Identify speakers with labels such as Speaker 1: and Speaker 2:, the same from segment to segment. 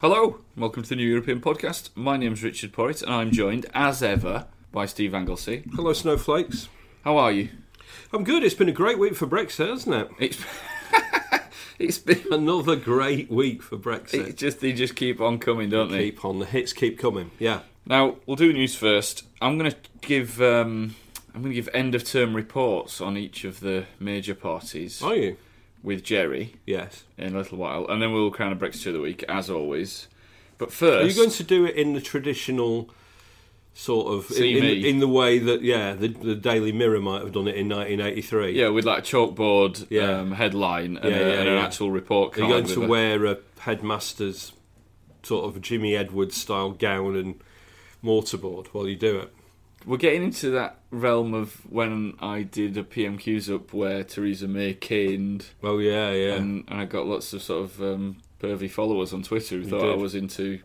Speaker 1: Hello, welcome to the New European Podcast. My name's Richard Porritt, and I'm joined, as ever, by Steve Anglesey.
Speaker 2: Hello, snowflakes.
Speaker 1: How are you?
Speaker 2: I'm good. It's been a great week for Brexit, hasn't it?
Speaker 1: It's it's been
Speaker 2: Another great week for Brexit.
Speaker 1: it's just they just keep on coming, don't they?
Speaker 2: keep on. The hits keep coming. Yeah.
Speaker 1: Now we'll do news first. I'm going to give um, I'm going to give end of term reports on each of the major parties
Speaker 2: Are you?
Speaker 1: with Jerry
Speaker 2: Yes.
Speaker 1: in a little while, and then we'll crown a Brexit of the week as always. But
Speaker 2: Are
Speaker 1: first,
Speaker 2: you going to do it in the traditional sort of in,
Speaker 1: See
Speaker 2: in,
Speaker 1: me.
Speaker 2: in the way that yeah the, the Daily Mirror might have done it in 1983?
Speaker 1: yeah, with like a chalkboard
Speaker 2: Yeah.
Speaker 1: um, headline and,
Speaker 2: Yeah,
Speaker 1: a-
Speaker 2: yeah,
Speaker 1: and an
Speaker 2: yeah.
Speaker 1: actual report
Speaker 2: Are you
Speaker 1: card.
Speaker 2: going
Speaker 1: with
Speaker 2: to
Speaker 1: a-
Speaker 2: wear a headmaster's sort of Jimmy Edwards style gown and mortarboard while you do it?
Speaker 1: We're getting into that realm of when I did a PMQs up where Theresa May caned,
Speaker 2: Well, yeah, yeah.
Speaker 1: and, and I got lots of sort of um, pervy followers on Twitter who thought I
Speaker 2: did.
Speaker 1: was into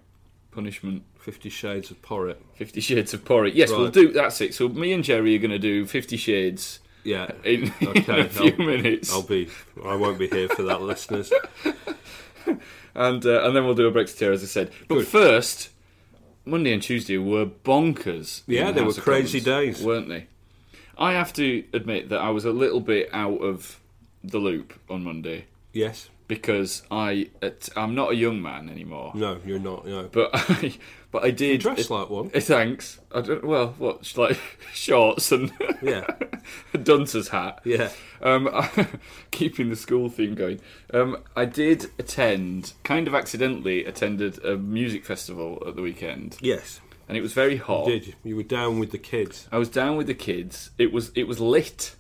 Speaker 1: punishment.
Speaker 2: Fifty Shades of Porrit.
Speaker 1: Fifty Shades of Porridge. Yes, we'll
Speaker 2: Right.
Speaker 1: do. That's it. So me and Jerry are going to do Fifty Shades
Speaker 2: Yeah.
Speaker 1: in, in
Speaker 2: Okay,
Speaker 1: a few
Speaker 2: I'll-
Speaker 1: minutes,
Speaker 2: I'll be. I won't be here for that, listeners.
Speaker 1: and uh, and then we'll do a Brexiteer, as I said. But
Speaker 2: Good.
Speaker 1: first, Monday and Tuesday were bonkers. in
Speaker 2: Yeah,
Speaker 1: the
Speaker 2: they
Speaker 1: House
Speaker 2: were
Speaker 1: of
Speaker 2: crazy
Speaker 1: Commons,
Speaker 2: days.
Speaker 1: weren't they? I have to admit that I was a little bit out of the loop on Monday
Speaker 2: Yes.
Speaker 1: because I at, I'm not a young man anymore,
Speaker 2: No, you're not. No.
Speaker 1: but I but I did
Speaker 2: dress like one.
Speaker 1: Eh, Thanks. I don't. Well, what sh- like shorts and
Speaker 2: Yeah.
Speaker 1: a duncer's hat.
Speaker 2: Yeah.
Speaker 1: Um, keeping the school theme going. Um, I did attend, kind of accidentally, attended a music festival at the weekend,
Speaker 2: Yes.
Speaker 1: and it was very hot.
Speaker 2: Did you- you were down with the kids?
Speaker 1: I was down with the kids. It was it was lit.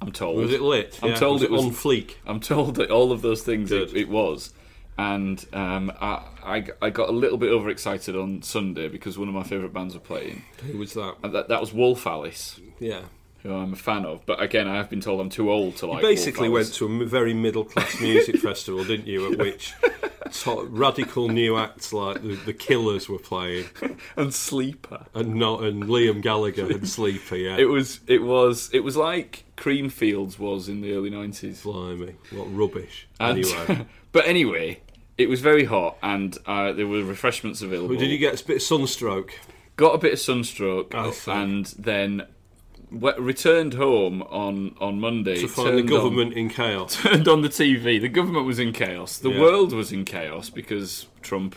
Speaker 1: I'm told.
Speaker 2: Was it lit?
Speaker 1: I'm
Speaker 2: Yeah.
Speaker 1: told
Speaker 2: Was
Speaker 1: it was
Speaker 2: on fleek.
Speaker 1: I'm told that all of those things it,
Speaker 2: Good.
Speaker 1: it was. And um, I, I, I got a little bit overexcited on Sunday because one of my favourite bands were playing.
Speaker 2: Who was that?
Speaker 1: And that, that was Wolf Alice,
Speaker 2: Yeah.
Speaker 1: who I'm a fan of. But again, I have been told I'm too old to like.
Speaker 2: Basically,
Speaker 1: Wolf
Speaker 2: went
Speaker 1: Alice.
Speaker 2: to a m- very middle class music festival, didn't you? At which to- radical new acts like the, the Killers were playing,
Speaker 1: and Sleeper.
Speaker 2: and not and Liam Gallagher and Sleeper. Yeah.
Speaker 1: It was it was it was like Creamfields was in the early nineties.
Speaker 2: Blimey, what rubbish!
Speaker 1: And-
Speaker 2: Anyway,
Speaker 1: but anyway, it was very hot and uh, there were refreshments available.
Speaker 2: did you get a bit of sunstroke?
Speaker 1: got a bit of sunstroke
Speaker 2: I see.
Speaker 1: and then we- returned home on on Monday
Speaker 2: To find the
Speaker 1: turned
Speaker 2: government in chaos.
Speaker 1: on, turned on the TV. The government was in chaos. The
Speaker 2: Yeah.
Speaker 1: world was in chaos because Trump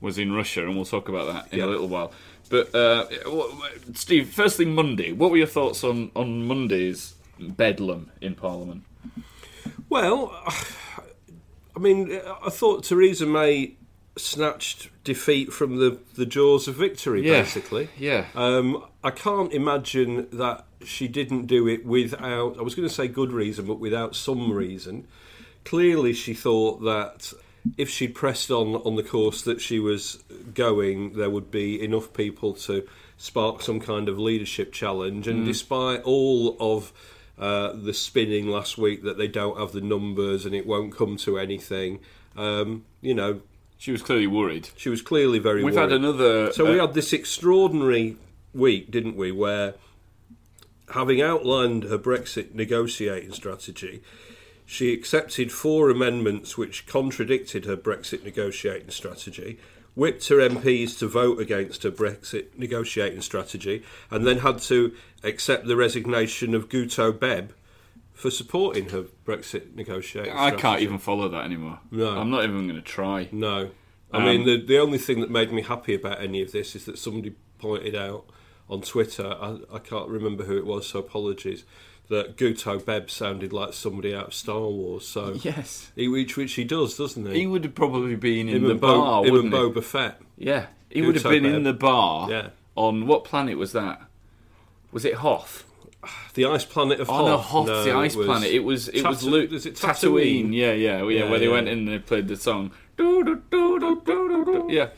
Speaker 1: was in Russia, and we'll talk about that in a little while. But uh, what- Steve, firstly, Monday. What were your thoughts on on Monday's bedlam in Parliament?
Speaker 2: Well, I mean, I thought Theresa May snatched defeat from the, the jaws of victory,
Speaker 1: Yeah.
Speaker 2: basically.
Speaker 1: Yeah.
Speaker 2: Um, I can't imagine that she didn't do it without, I was going to say good reason, but without some reason. Clearly, she thought that if she pressed on on the course that she was going, there would be enough people to spark some kind of leadership challenge. And despite all of uh, the spinning last week that they don't have the numbers and it won't come to anything, um, you know,
Speaker 1: She was clearly worried.
Speaker 2: she was clearly very.
Speaker 1: We've had
Speaker 2: worried.
Speaker 1: another,
Speaker 2: So we
Speaker 1: uh,
Speaker 2: had this extraordinary week, didn't we? Where, having outlined her Brexit negotiating strategy, she accepted four amendments which contradicted her Brexit negotiating strategy. Whipped her MPs to vote against her Brexit negotiating strategy, and then had to accept the resignation of Guto Beb, for supporting her Brexit negotiations.
Speaker 1: I can't even follow that anymore.
Speaker 2: No.
Speaker 1: I'm not even going to try.
Speaker 2: No. I
Speaker 1: Um,
Speaker 2: mean, the, the only thing that made me happy about any of this is that somebody pointed out on Twitter, I, I can't remember who it was, so apologies, that Guto Beb sounded like somebody out of Star Wars. So
Speaker 1: Yes.
Speaker 2: He- which, which he does, doesn't he?
Speaker 1: He would have probably been in
Speaker 2: him
Speaker 1: the
Speaker 2: and, Bo-
Speaker 1: bar,
Speaker 2: him and
Speaker 1: wouldn't he?
Speaker 2: Boba Fett.
Speaker 1: Yeah, he
Speaker 2: Who
Speaker 1: would have
Speaker 2: took
Speaker 1: been
Speaker 2: that?
Speaker 1: in the bar.
Speaker 2: Yeah.
Speaker 1: On what planet was that? Was it Hoth?
Speaker 2: The ice planet of
Speaker 1: On a Oh, Hoth,
Speaker 2: Hoth. No,
Speaker 1: the ice
Speaker 2: it was
Speaker 1: planet. It was it was
Speaker 2: Tata-
Speaker 1: Luke.
Speaker 2: is it
Speaker 1: Tatooine?
Speaker 2: Tatooine?
Speaker 1: Yeah, yeah, yeah.
Speaker 2: Yeah,
Speaker 1: where they
Speaker 2: yeah.
Speaker 1: went in and they played the song. Do, do, do, do, do, do, do. Yeah.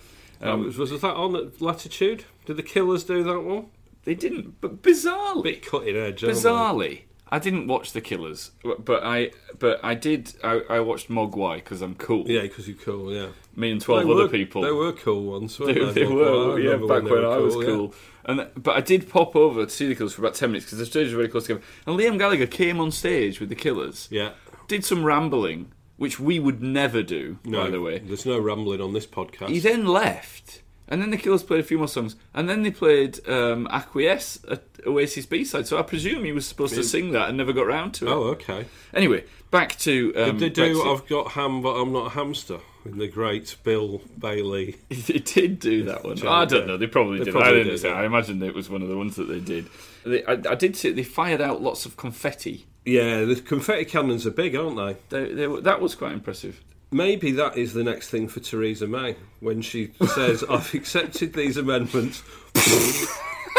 Speaker 2: That was, was that on at Latitude? Did the Killers do that one?
Speaker 1: They didn't, but bizarrely,
Speaker 2: bit oh cutting edge. aren't they?
Speaker 1: bizarrely, I didn't watch the Killers, but I, but I did. I, I watched Mogwai because I'm cool.
Speaker 2: Yeah, because you're cool, yeah.
Speaker 1: Me and twelve
Speaker 2: They
Speaker 1: other
Speaker 2: were-
Speaker 1: people.
Speaker 2: They were cool ones, weren't
Speaker 1: They,
Speaker 2: they?
Speaker 1: they
Speaker 2: Bob?
Speaker 1: were,
Speaker 2: I
Speaker 1: yeah,
Speaker 2: remember
Speaker 1: back when,
Speaker 2: they were
Speaker 1: I was
Speaker 2: yeah.
Speaker 1: cool. And but I did pop over to see the Killers for about ten minutes because the stage was really close together. And Liam Gallagher came on stage with the Killers.
Speaker 2: Yeah.
Speaker 1: Did some rambling, which we would never do, by the way.
Speaker 2: there's no rambling on this podcast.
Speaker 1: He then left, and then the Killers played a few more songs, and then they played um, "Acquiesce" at Oasis B side. So I presume he was supposed to sing that and never got round to it.
Speaker 2: oh, okay.
Speaker 1: Anyway, back to um,
Speaker 2: Did they do
Speaker 1: Brexit.
Speaker 2: I've got ham, but I'm not a hamster? In the great Bill Bailey.
Speaker 1: They did do that one.
Speaker 2: Charlie
Speaker 1: I don't
Speaker 2: did.
Speaker 1: know. They probably
Speaker 2: They
Speaker 1: did.
Speaker 2: probably
Speaker 1: I didn't
Speaker 2: did,
Speaker 1: see.
Speaker 2: yeah.
Speaker 1: I imagine it was one of the ones that they did. They, I, I did see they fired out lots of confetti.
Speaker 2: Yeah, the confetti cannons are big, aren't they?
Speaker 1: They, they, were- that was quite impressive.
Speaker 2: Maybe that is the next thing for Theresa May when she says, I've accepted these amendments.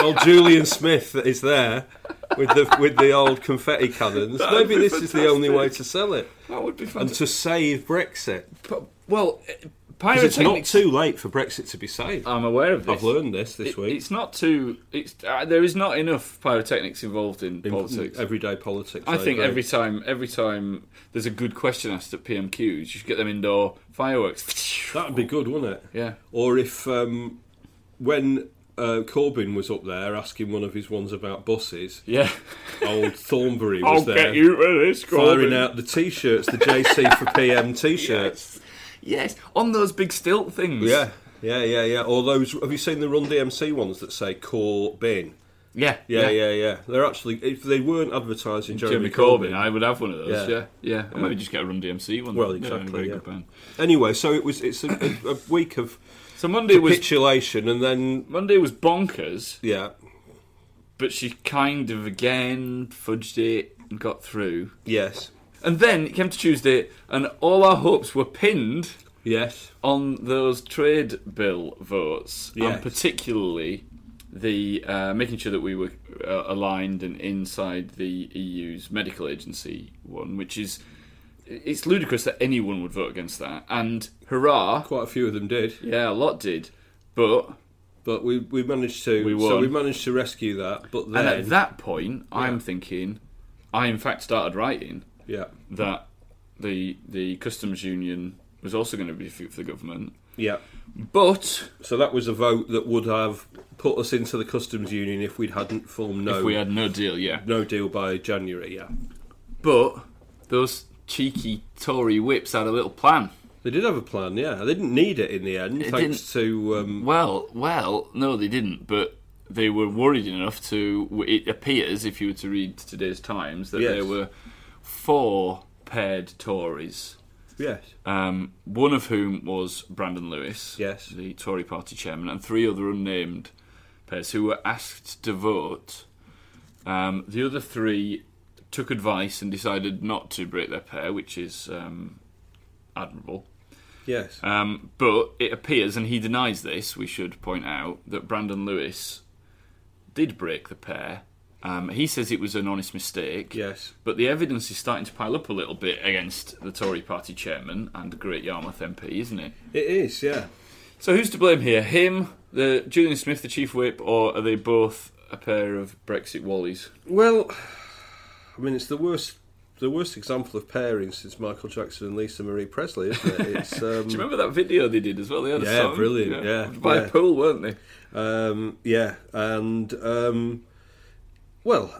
Speaker 2: old Julian Smith is there with the with the old confetti cannons.
Speaker 1: That'd
Speaker 2: Maybe
Speaker 1: be
Speaker 2: this is the only way
Speaker 1: fantastic.
Speaker 2: to sell it.
Speaker 1: That would be
Speaker 2: And
Speaker 1: fantastic.
Speaker 2: to save Brexit.
Speaker 1: But- well, uh,
Speaker 2: Because it's not
Speaker 1: pyrotechnics.
Speaker 2: too late for Brexit to be saved.
Speaker 1: I'm aware of this.
Speaker 2: I've learned this this
Speaker 1: It-
Speaker 2: week.
Speaker 1: It's not too. It's, uh, there is not enough pyrotechnics involved in, politics.
Speaker 2: Everyday politics.
Speaker 1: I think
Speaker 2: agree.
Speaker 1: every time, every time there's a good question asked at PMQs, you should get them indoor fireworks.
Speaker 2: That'd be good, wouldn't it?
Speaker 1: Yeah.
Speaker 2: Or if um, when uh, Corbyn was up there asking one of his ones about buses,
Speaker 1: Yeah,
Speaker 2: old Thornbury was
Speaker 1: I'll
Speaker 2: there
Speaker 1: get you for this.
Speaker 2: firing
Speaker 1: Corbyn.
Speaker 2: out the t-shirts, the JC for PM t-shirts.
Speaker 1: Yes, on those big stilt things.
Speaker 2: Yeah, yeah, yeah, yeah. Or those. Have you seen the Run DMC ones that say Corbyn?
Speaker 1: Yeah,
Speaker 2: Yeah, yeah, yeah, They're actually if they weren't advertising
Speaker 1: Jeremy
Speaker 2: Jeremy,
Speaker 1: Corbyn, I would have one of those. Yeah,
Speaker 2: Yeah.
Speaker 1: yeah. Or maybe just get a Run DMC one.
Speaker 2: Well,
Speaker 1: Yeah,
Speaker 2: exactly.
Speaker 1: very
Speaker 2: yeah.
Speaker 1: good band.
Speaker 2: Anyway, so it was. It's a, a, a week of
Speaker 1: So Monday was
Speaker 2: capitulation, and then
Speaker 1: Monday was bonkers,
Speaker 2: yeah,
Speaker 1: but she kind of again fudged it and got through.
Speaker 2: yes,
Speaker 1: And then it came to Tuesday, and all our hopes were pinned
Speaker 2: yes.
Speaker 1: on those trade bill votes, and
Speaker 2: Yes.
Speaker 1: particularly the uh, making sure that we were uh, aligned and inside the EU's medical agency one, which is it's ludicrous that anyone would vote against that. And hurrah,
Speaker 2: Quite a few of them did.
Speaker 1: yeah, a lot did, but
Speaker 2: But we, we managed to
Speaker 1: We
Speaker 2: so
Speaker 1: won.
Speaker 2: we managed to rescue that. But
Speaker 1: and
Speaker 2: then
Speaker 1: at that point, I'm thinking, I in fact started writing
Speaker 2: yeah
Speaker 1: that the the customs union was also going to be for the government,
Speaker 2: yeah.
Speaker 1: but
Speaker 2: So that was a vote that would have put us into the customs union if we'd hadn't formed no
Speaker 1: if we had no deal, yeah,
Speaker 2: no deal by January. Yeah,
Speaker 1: But those cheeky Tory whips had a little plan.
Speaker 2: they did have a plan. Yeah, they didn't need it in the end, thanks to um,
Speaker 1: Well, well, no, they didn't. But they were worried enough to. It appears, if you were to read today's Times, that there
Speaker 2: Yes.
Speaker 1: were four paired Tories.
Speaker 2: yes,
Speaker 1: Um, one of whom was Brandon Lewis,
Speaker 2: Yes.
Speaker 1: the Tory party chairman, and three other unnamed pairs who were asked to vote. Um, the other three took advice and decided not to break their pair, which is um, admirable.
Speaker 2: yes.
Speaker 1: Um, but it appears, and he denies this, we should point out, that Brandon Lewis did break the pair. Um, he says it was an honest mistake.
Speaker 2: Yes.
Speaker 1: But the evidence is starting to pile up a little bit against the Tory party chairman and the Great Yarmouth MP, isn't it?
Speaker 2: it is. Yeah,
Speaker 1: So who's to blame here? Him, the Julian Smith, the chief whip, or are they both a pair of Brexit wallies?
Speaker 2: Well, I mean, it's the worst. The worst example of pairing since Michael Jackson and Lisa Marie Presley, isn't it? It's, um,
Speaker 1: Do you remember that video they did as well? They had a
Speaker 2: Yeah,
Speaker 1: song,
Speaker 2: brilliant, yeah,
Speaker 1: by
Speaker 2: yeah.
Speaker 1: a pool, weren't they?
Speaker 2: Um, yeah, and um, well,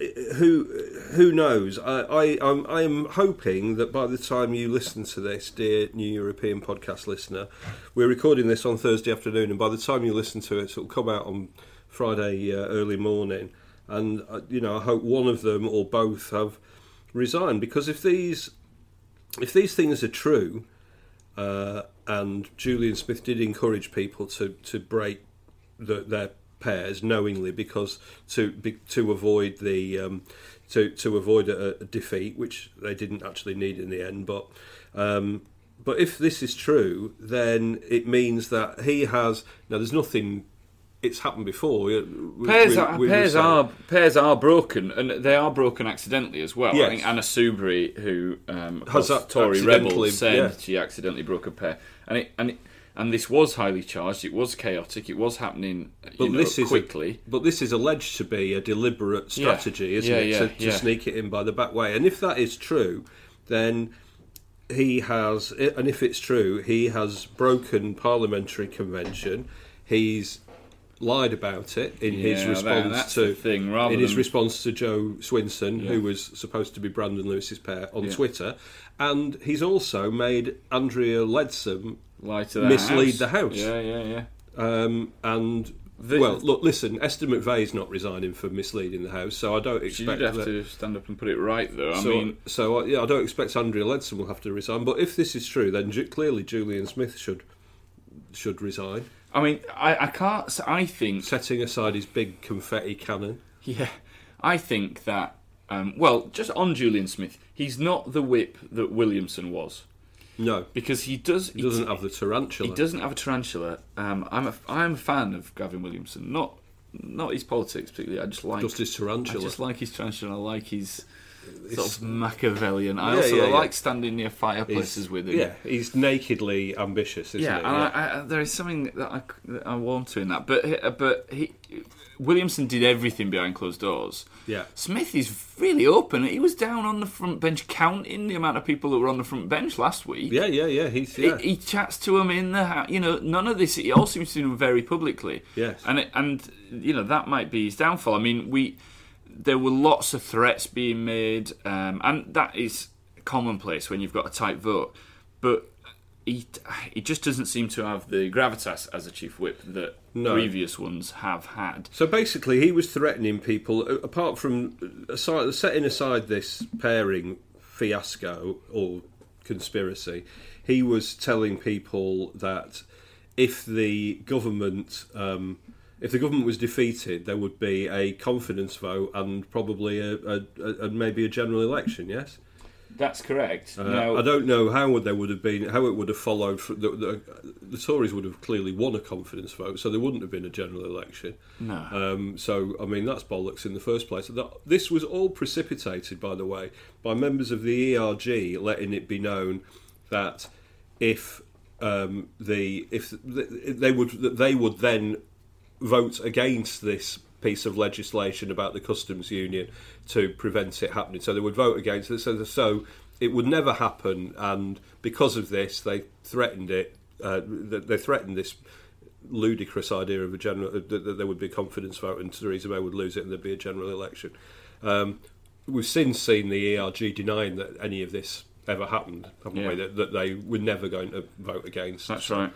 Speaker 2: uh, who who knows? I, I I'm I'm hoping that by the time you listen to this, dear New European podcast listener, we're recording this on Thursday afternoon, and by the time you listen to it, it'll come out on Friday uh, early morning. and uh, you know I hope one of them or both have resigned because if these if these things are true, uh, and Julian Smith did encourage people to to break the, their pairs knowingly because to be, to avoid the um, to to avoid a, a defeat, which they didn't actually need in the end, but. Um, but if this is true, then it means that he has. Now, there's nothing. It's happened before. We- we-
Speaker 1: Pairs,
Speaker 2: we-
Speaker 1: are,
Speaker 2: we were
Speaker 1: pairs
Speaker 2: saying-
Speaker 1: are pairs are broken, and they are broken accidentally as well.
Speaker 2: Yes.
Speaker 1: I think Anna Soubry, who um, of
Speaker 2: Has
Speaker 1: course,
Speaker 2: that
Speaker 1: Tory
Speaker 2: accidentally-
Speaker 1: rebel, said
Speaker 2: yeah.
Speaker 1: she accidentally broke a pair, and it, and it, and this was highly charged. It was chaotic. It was happening. You
Speaker 2: But
Speaker 1: know,
Speaker 2: this is
Speaker 1: quickly.
Speaker 2: but this is alleged to be a deliberate
Speaker 1: Yeah.
Speaker 2: strategy, isn't
Speaker 1: Yeah,
Speaker 2: it,
Speaker 1: yeah,
Speaker 2: to, to
Speaker 1: yeah.
Speaker 2: sneak it in by the back way? And if that is true, then he has. And if it's true, he has broken parliamentary convention. He's lied about it in his
Speaker 1: Yeah, that-
Speaker 2: response
Speaker 1: that's
Speaker 2: to
Speaker 1: the thing, rather
Speaker 2: in his
Speaker 1: than-
Speaker 2: response to Joe Swinson, who was supposed to be Brandon Lewis's pair on Twitter, and he's also made Andrea Leadsom
Speaker 1: Lie to the
Speaker 2: mislead
Speaker 1: house.
Speaker 2: the house.
Speaker 1: Yeah, yeah, yeah.
Speaker 2: Um, and
Speaker 1: The-
Speaker 2: well, look, listen. Esther McVeigh's not resigning for misleading the house, so I don't expect
Speaker 1: You'd have
Speaker 2: that.
Speaker 1: to stand up and put it right, though. I
Speaker 2: so,
Speaker 1: mean,
Speaker 2: so I, yeah, I don't expect Andrea Leadsom will have to resign. But if this is true, then ju- clearly Julian Smith should should resign,
Speaker 1: I mean, I, I can't. s- I think
Speaker 2: setting aside his big confetti cannon.
Speaker 1: Yeah, I think that. Um, well, just on Julian Smith, he's not the whip that Williamson was
Speaker 2: No,
Speaker 1: because he does.
Speaker 2: he doesn't have the tarantula.
Speaker 1: He doesn't have a tarantula. Um, I'm a I'm a fan of Gavin Williamson. Not not his politics particularly. I just like
Speaker 2: Just his tarantula.
Speaker 1: I just like his tarantula. I like his sort of Machiavellian. I
Speaker 2: Yeah,
Speaker 1: also
Speaker 2: yeah, yeah.
Speaker 1: like standing near fireplaces with him.
Speaker 2: Yeah, he's nakedly ambitious, isn't
Speaker 1: Yeah,
Speaker 2: he?
Speaker 1: and I, I, there is something that I, that I warm to in that. But uh, but he, Williamson did everything behind closed doors.
Speaker 2: Yeah.
Speaker 1: Smith is really open. He was down on the front bench counting the amount of people that were on the front bench last week.
Speaker 2: yeah, yeah, yeah. He's
Speaker 1: He,
Speaker 2: yeah.
Speaker 1: he chats to them in the house. You know, none of this. He all seems to do very publicly.
Speaker 2: Yes.
Speaker 1: And it, and you know that might be his downfall. I mean, we there were lots of threats being made, um, and that is commonplace when you've got a tight vote. But he he just doesn't seem to have the gravitas as a chief whip that
Speaker 2: No.
Speaker 1: previous ones have had.
Speaker 2: So basically, he was threatening people. a- Apart from uh, aside, setting aside this pairing fiasco or conspiracy, he was telling people that if the government, um, if the government was defeated, there would be a confidence vote and probably a, a, a and maybe a general election. Yes.
Speaker 1: That's correct.
Speaker 2: Uh, I don't know how would there would have been how it would have followed. fr the, the, the Tories would have clearly won a confidence vote, so there wouldn't have been a general election.
Speaker 1: No.
Speaker 2: Um, so I mean that's bollocks in the first place. That, this was all precipitated, by the way, by members of the ERG letting it be known that if um, the if th- they would that they would then vote against this piece of legislation about the customs union to prevent it happening. So they would vote against it. So, so it would never happen. And because of this, they threatened it. Uh, th- they threatened this ludicrous idea of a general uh, that, that there would be a confidence vote and Theresa May would lose it and there'd be a general election. Um, we've since seen the ERG denying that any of this ever happened, haven't we?
Speaker 1: Yeah.
Speaker 2: That, that they were never going to vote against.
Speaker 1: That's right.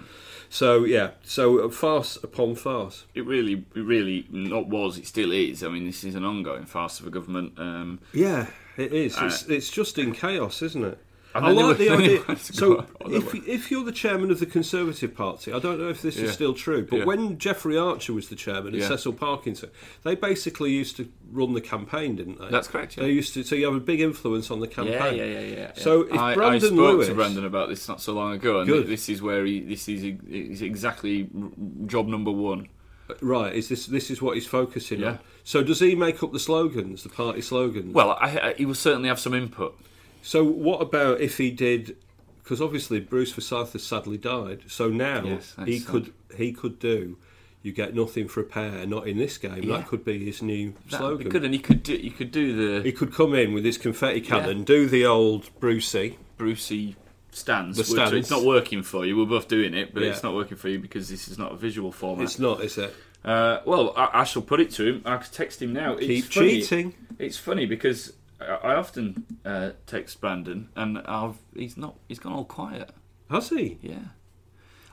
Speaker 2: So yeah, so uh, farce upon farce.
Speaker 1: It really, it really not was. It still is. I mean, this is an ongoing farce of a government. Um,
Speaker 2: Yeah, it is. It's, it's just in chaos, isn't it?
Speaker 1: And
Speaker 2: I
Speaker 1: then
Speaker 2: like
Speaker 1: Uh, they
Speaker 2: the
Speaker 1: were-
Speaker 2: idea.
Speaker 1: Let's
Speaker 2: So,
Speaker 1: go on.
Speaker 2: if, if you're the chairman of the Conservative Party, I don't know if this
Speaker 1: Yeah.
Speaker 2: is still true, but
Speaker 1: Yeah.
Speaker 2: when Geoffrey Archer was the chairman and
Speaker 1: Yeah.
Speaker 2: Cecil Parkinson, they basically used to run the campaign, didn't they?
Speaker 1: That's correct, yeah.
Speaker 2: They used to. So you have a big influence on the campaign.
Speaker 1: Yeah, yeah, yeah, yeah. yeah.
Speaker 2: So if
Speaker 1: I, I
Speaker 2: Brandon
Speaker 1: spoke
Speaker 2: Lewis,
Speaker 1: to Brandon about this not so long ago, and
Speaker 2: Good.
Speaker 1: this is where he, this is, is exactly job number one.
Speaker 2: right? Is this this is what he's focusing
Speaker 1: Yeah.
Speaker 2: on? So does he make up the slogans, the party slogans?
Speaker 1: Well, I, I, he will certainly have some input.
Speaker 2: So what about if he did? Because obviously Bruce Forsyth has sadly died. So now
Speaker 1: Yes, that's
Speaker 2: he
Speaker 1: sad.
Speaker 2: could he could do. You get nothing for a pair, not in this game.
Speaker 1: Yeah.
Speaker 2: That could be his new
Speaker 1: That would be
Speaker 2: slogan.
Speaker 1: good, and he could do, he could do the
Speaker 2: He could come in with his confetti cannon, do the old Brucey.
Speaker 1: Brucey stance.
Speaker 2: The
Speaker 1: which
Speaker 2: stance.
Speaker 1: It's not working for you. We're both doing it, but
Speaker 2: Yeah.
Speaker 1: it's not working for you because this is not a visual format.
Speaker 2: It's not, is it?
Speaker 1: Uh, well, I, I shall put it to him. I can text him now.
Speaker 2: Keep
Speaker 1: it's funny.
Speaker 2: cheating.
Speaker 1: It's funny because I, I often uh, text Brandon, and I've, he's not. He's gone all quiet.
Speaker 2: Has he?
Speaker 1: Yeah.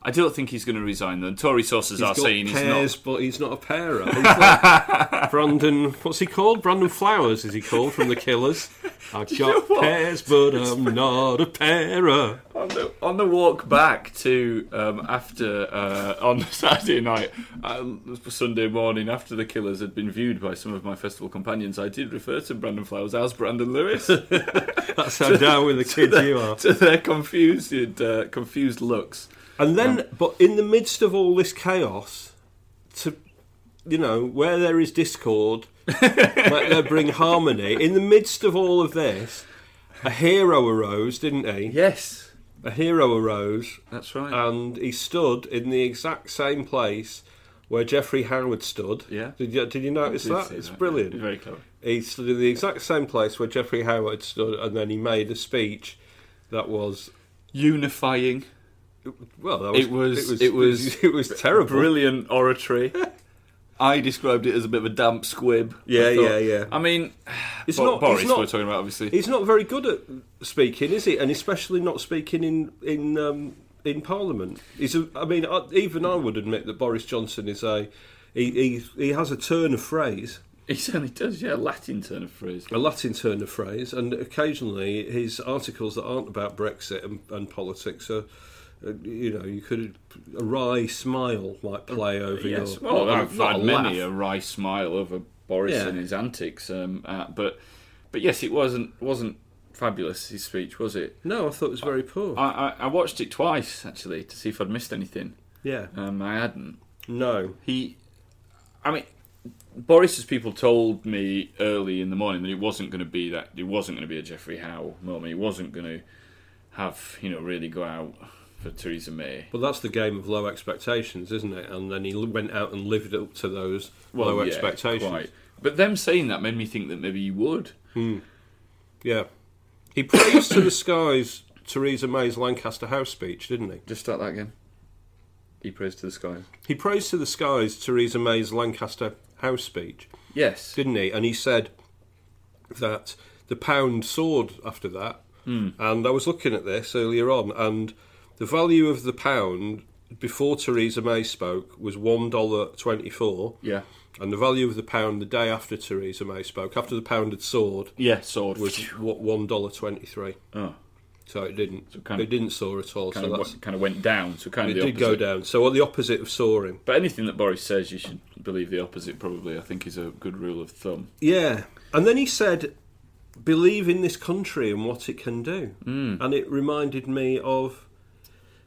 Speaker 1: I don't think he's going to resign. Though Tory sources are
Speaker 2: got
Speaker 1: saying he's
Speaker 2: pears,
Speaker 1: not.
Speaker 2: but he's not a pairer. He's like Brandon, what's he called? Brandon Flowers is he called from the Killers? I got
Speaker 1: what?
Speaker 2: pears, but I'm not a pairer.
Speaker 1: On the, on the walk back to um, after uh, on Saturday night, uh, Sunday morning, after the killers had been viewed by some of my festival companions, I did refer to Brandon Flowers as Brandon Lewis. to,
Speaker 2: That's how down with the kids you
Speaker 1: their,
Speaker 2: are.
Speaker 1: to their confused, uh, confused looks.
Speaker 2: And then, but in the midst of all this chaos, to you know, where there is discord, let there bring harmony. In the midst of all of this, a hero arose, didn't he?
Speaker 1: Yes,
Speaker 2: A hero arose,
Speaker 1: that's right.
Speaker 2: and he stood in the exact same place where Jeffrey Howard stood.
Speaker 1: Yeah.
Speaker 2: Did you, did you notice
Speaker 1: Did
Speaker 2: that?
Speaker 1: say
Speaker 2: It's
Speaker 1: that, yeah.
Speaker 2: brilliant.
Speaker 1: Very clever.
Speaker 2: He stood in the exact same place where Jeffrey Howard stood, and then he made a speech that was.
Speaker 1: Unifying,
Speaker 2: Well, that was,
Speaker 1: It was-
Speaker 2: it
Speaker 1: it
Speaker 2: was,
Speaker 1: was
Speaker 2: it was terrible.
Speaker 1: brilliant oratory. I described it as a bit of a damp squib. I
Speaker 2: Yeah,
Speaker 1: thought-
Speaker 2: yeah, yeah.
Speaker 1: I mean,
Speaker 2: It's
Speaker 1: Bo-
Speaker 2: not- it's
Speaker 1: Boris.
Speaker 2: not-
Speaker 1: we're talking about obviously.
Speaker 2: He's not very good at speaking, is he? And especially not speaking in in um, in Parliament. He's a, I mean, I, even I would admit that Boris Johnson is a he, he he has a turn of phrase,
Speaker 1: He certainly does. Yeah, Latin turn of phrase.
Speaker 2: a Latin turn of phrase, and occasionally his articles that aren't about Brexit and, and politics are. uh, You know, you could a wry smile might play over
Speaker 1: Yes,
Speaker 2: your.
Speaker 1: well,
Speaker 2: not a-
Speaker 1: I've
Speaker 2: not
Speaker 1: had
Speaker 2: a
Speaker 1: many
Speaker 2: laugh.
Speaker 1: a wry smile over Boris
Speaker 2: Yeah.
Speaker 1: and his antics, um, uh, but but yes, it wasn't wasn't fabulous his speech, was it?
Speaker 2: No, I thought it was very poor.
Speaker 1: I, I, I watched it twice actually to see if I'd missed anything.
Speaker 2: yeah,
Speaker 1: Um, I hadn't.
Speaker 2: no,
Speaker 1: He, I mean, Boris's people told me early in the morning that it wasn't going to be that it wasn't going to be a Jeffrey Howe moment. It wasn't going to have you know really go out for Theresa May.
Speaker 2: Well, that's the game of low expectations, isn't it? And then he l- went out and lived up to those low
Speaker 1: yeah,
Speaker 2: expectations.
Speaker 1: quite. But them saying that made me think that maybe he would.
Speaker 2: Yeah. He praised to the skies Theresa May's Lancaster House speech, didn't he?
Speaker 1: Just start that again. He prays to the sky.
Speaker 2: He praised to the skies Theresa May's Lancaster House speech,
Speaker 1: Yes.
Speaker 2: didn't he? And he said that the pound soared after that.
Speaker 1: Hmm.
Speaker 2: And I was looking at this earlier on, and the value of the pound before Theresa May spoke was $1.24.
Speaker 1: yeah.
Speaker 2: And the value of the pound the day after Theresa May spoke, after the pound had soared,
Speaker 1: Yeah, sword.
Speaker 2: was
Speaker 1: Which
Speaker 2: what one dollar twenty three.
Speaker 1: oh,
Speaker 2: So it didn't.
Speaker 1: kind of-
Speaker 2: it didn't soar at all.
Speaker 1: kind,
Speaker 2: So
Speaker 1: of
Speaker 2: that's,
Speaker 1: went, kind of went down, so kind
Speaker 2: it
Speaker 1: of
Speaker 2: did
Speaker 1: the
Speaker 2: go
Speaker 1: opposite.
Speaker 2: down. So what the opposite of soaring?
Speaker 1: But anything that Boris says, you should believe the opposite, probably. I think is a good rule of thumb.
Speaker 2: Yeah. And then he said, "Believe in this country and what it can do."
Speaker 1: Hmm.
Speaker 2: Mm. And it reminded me of.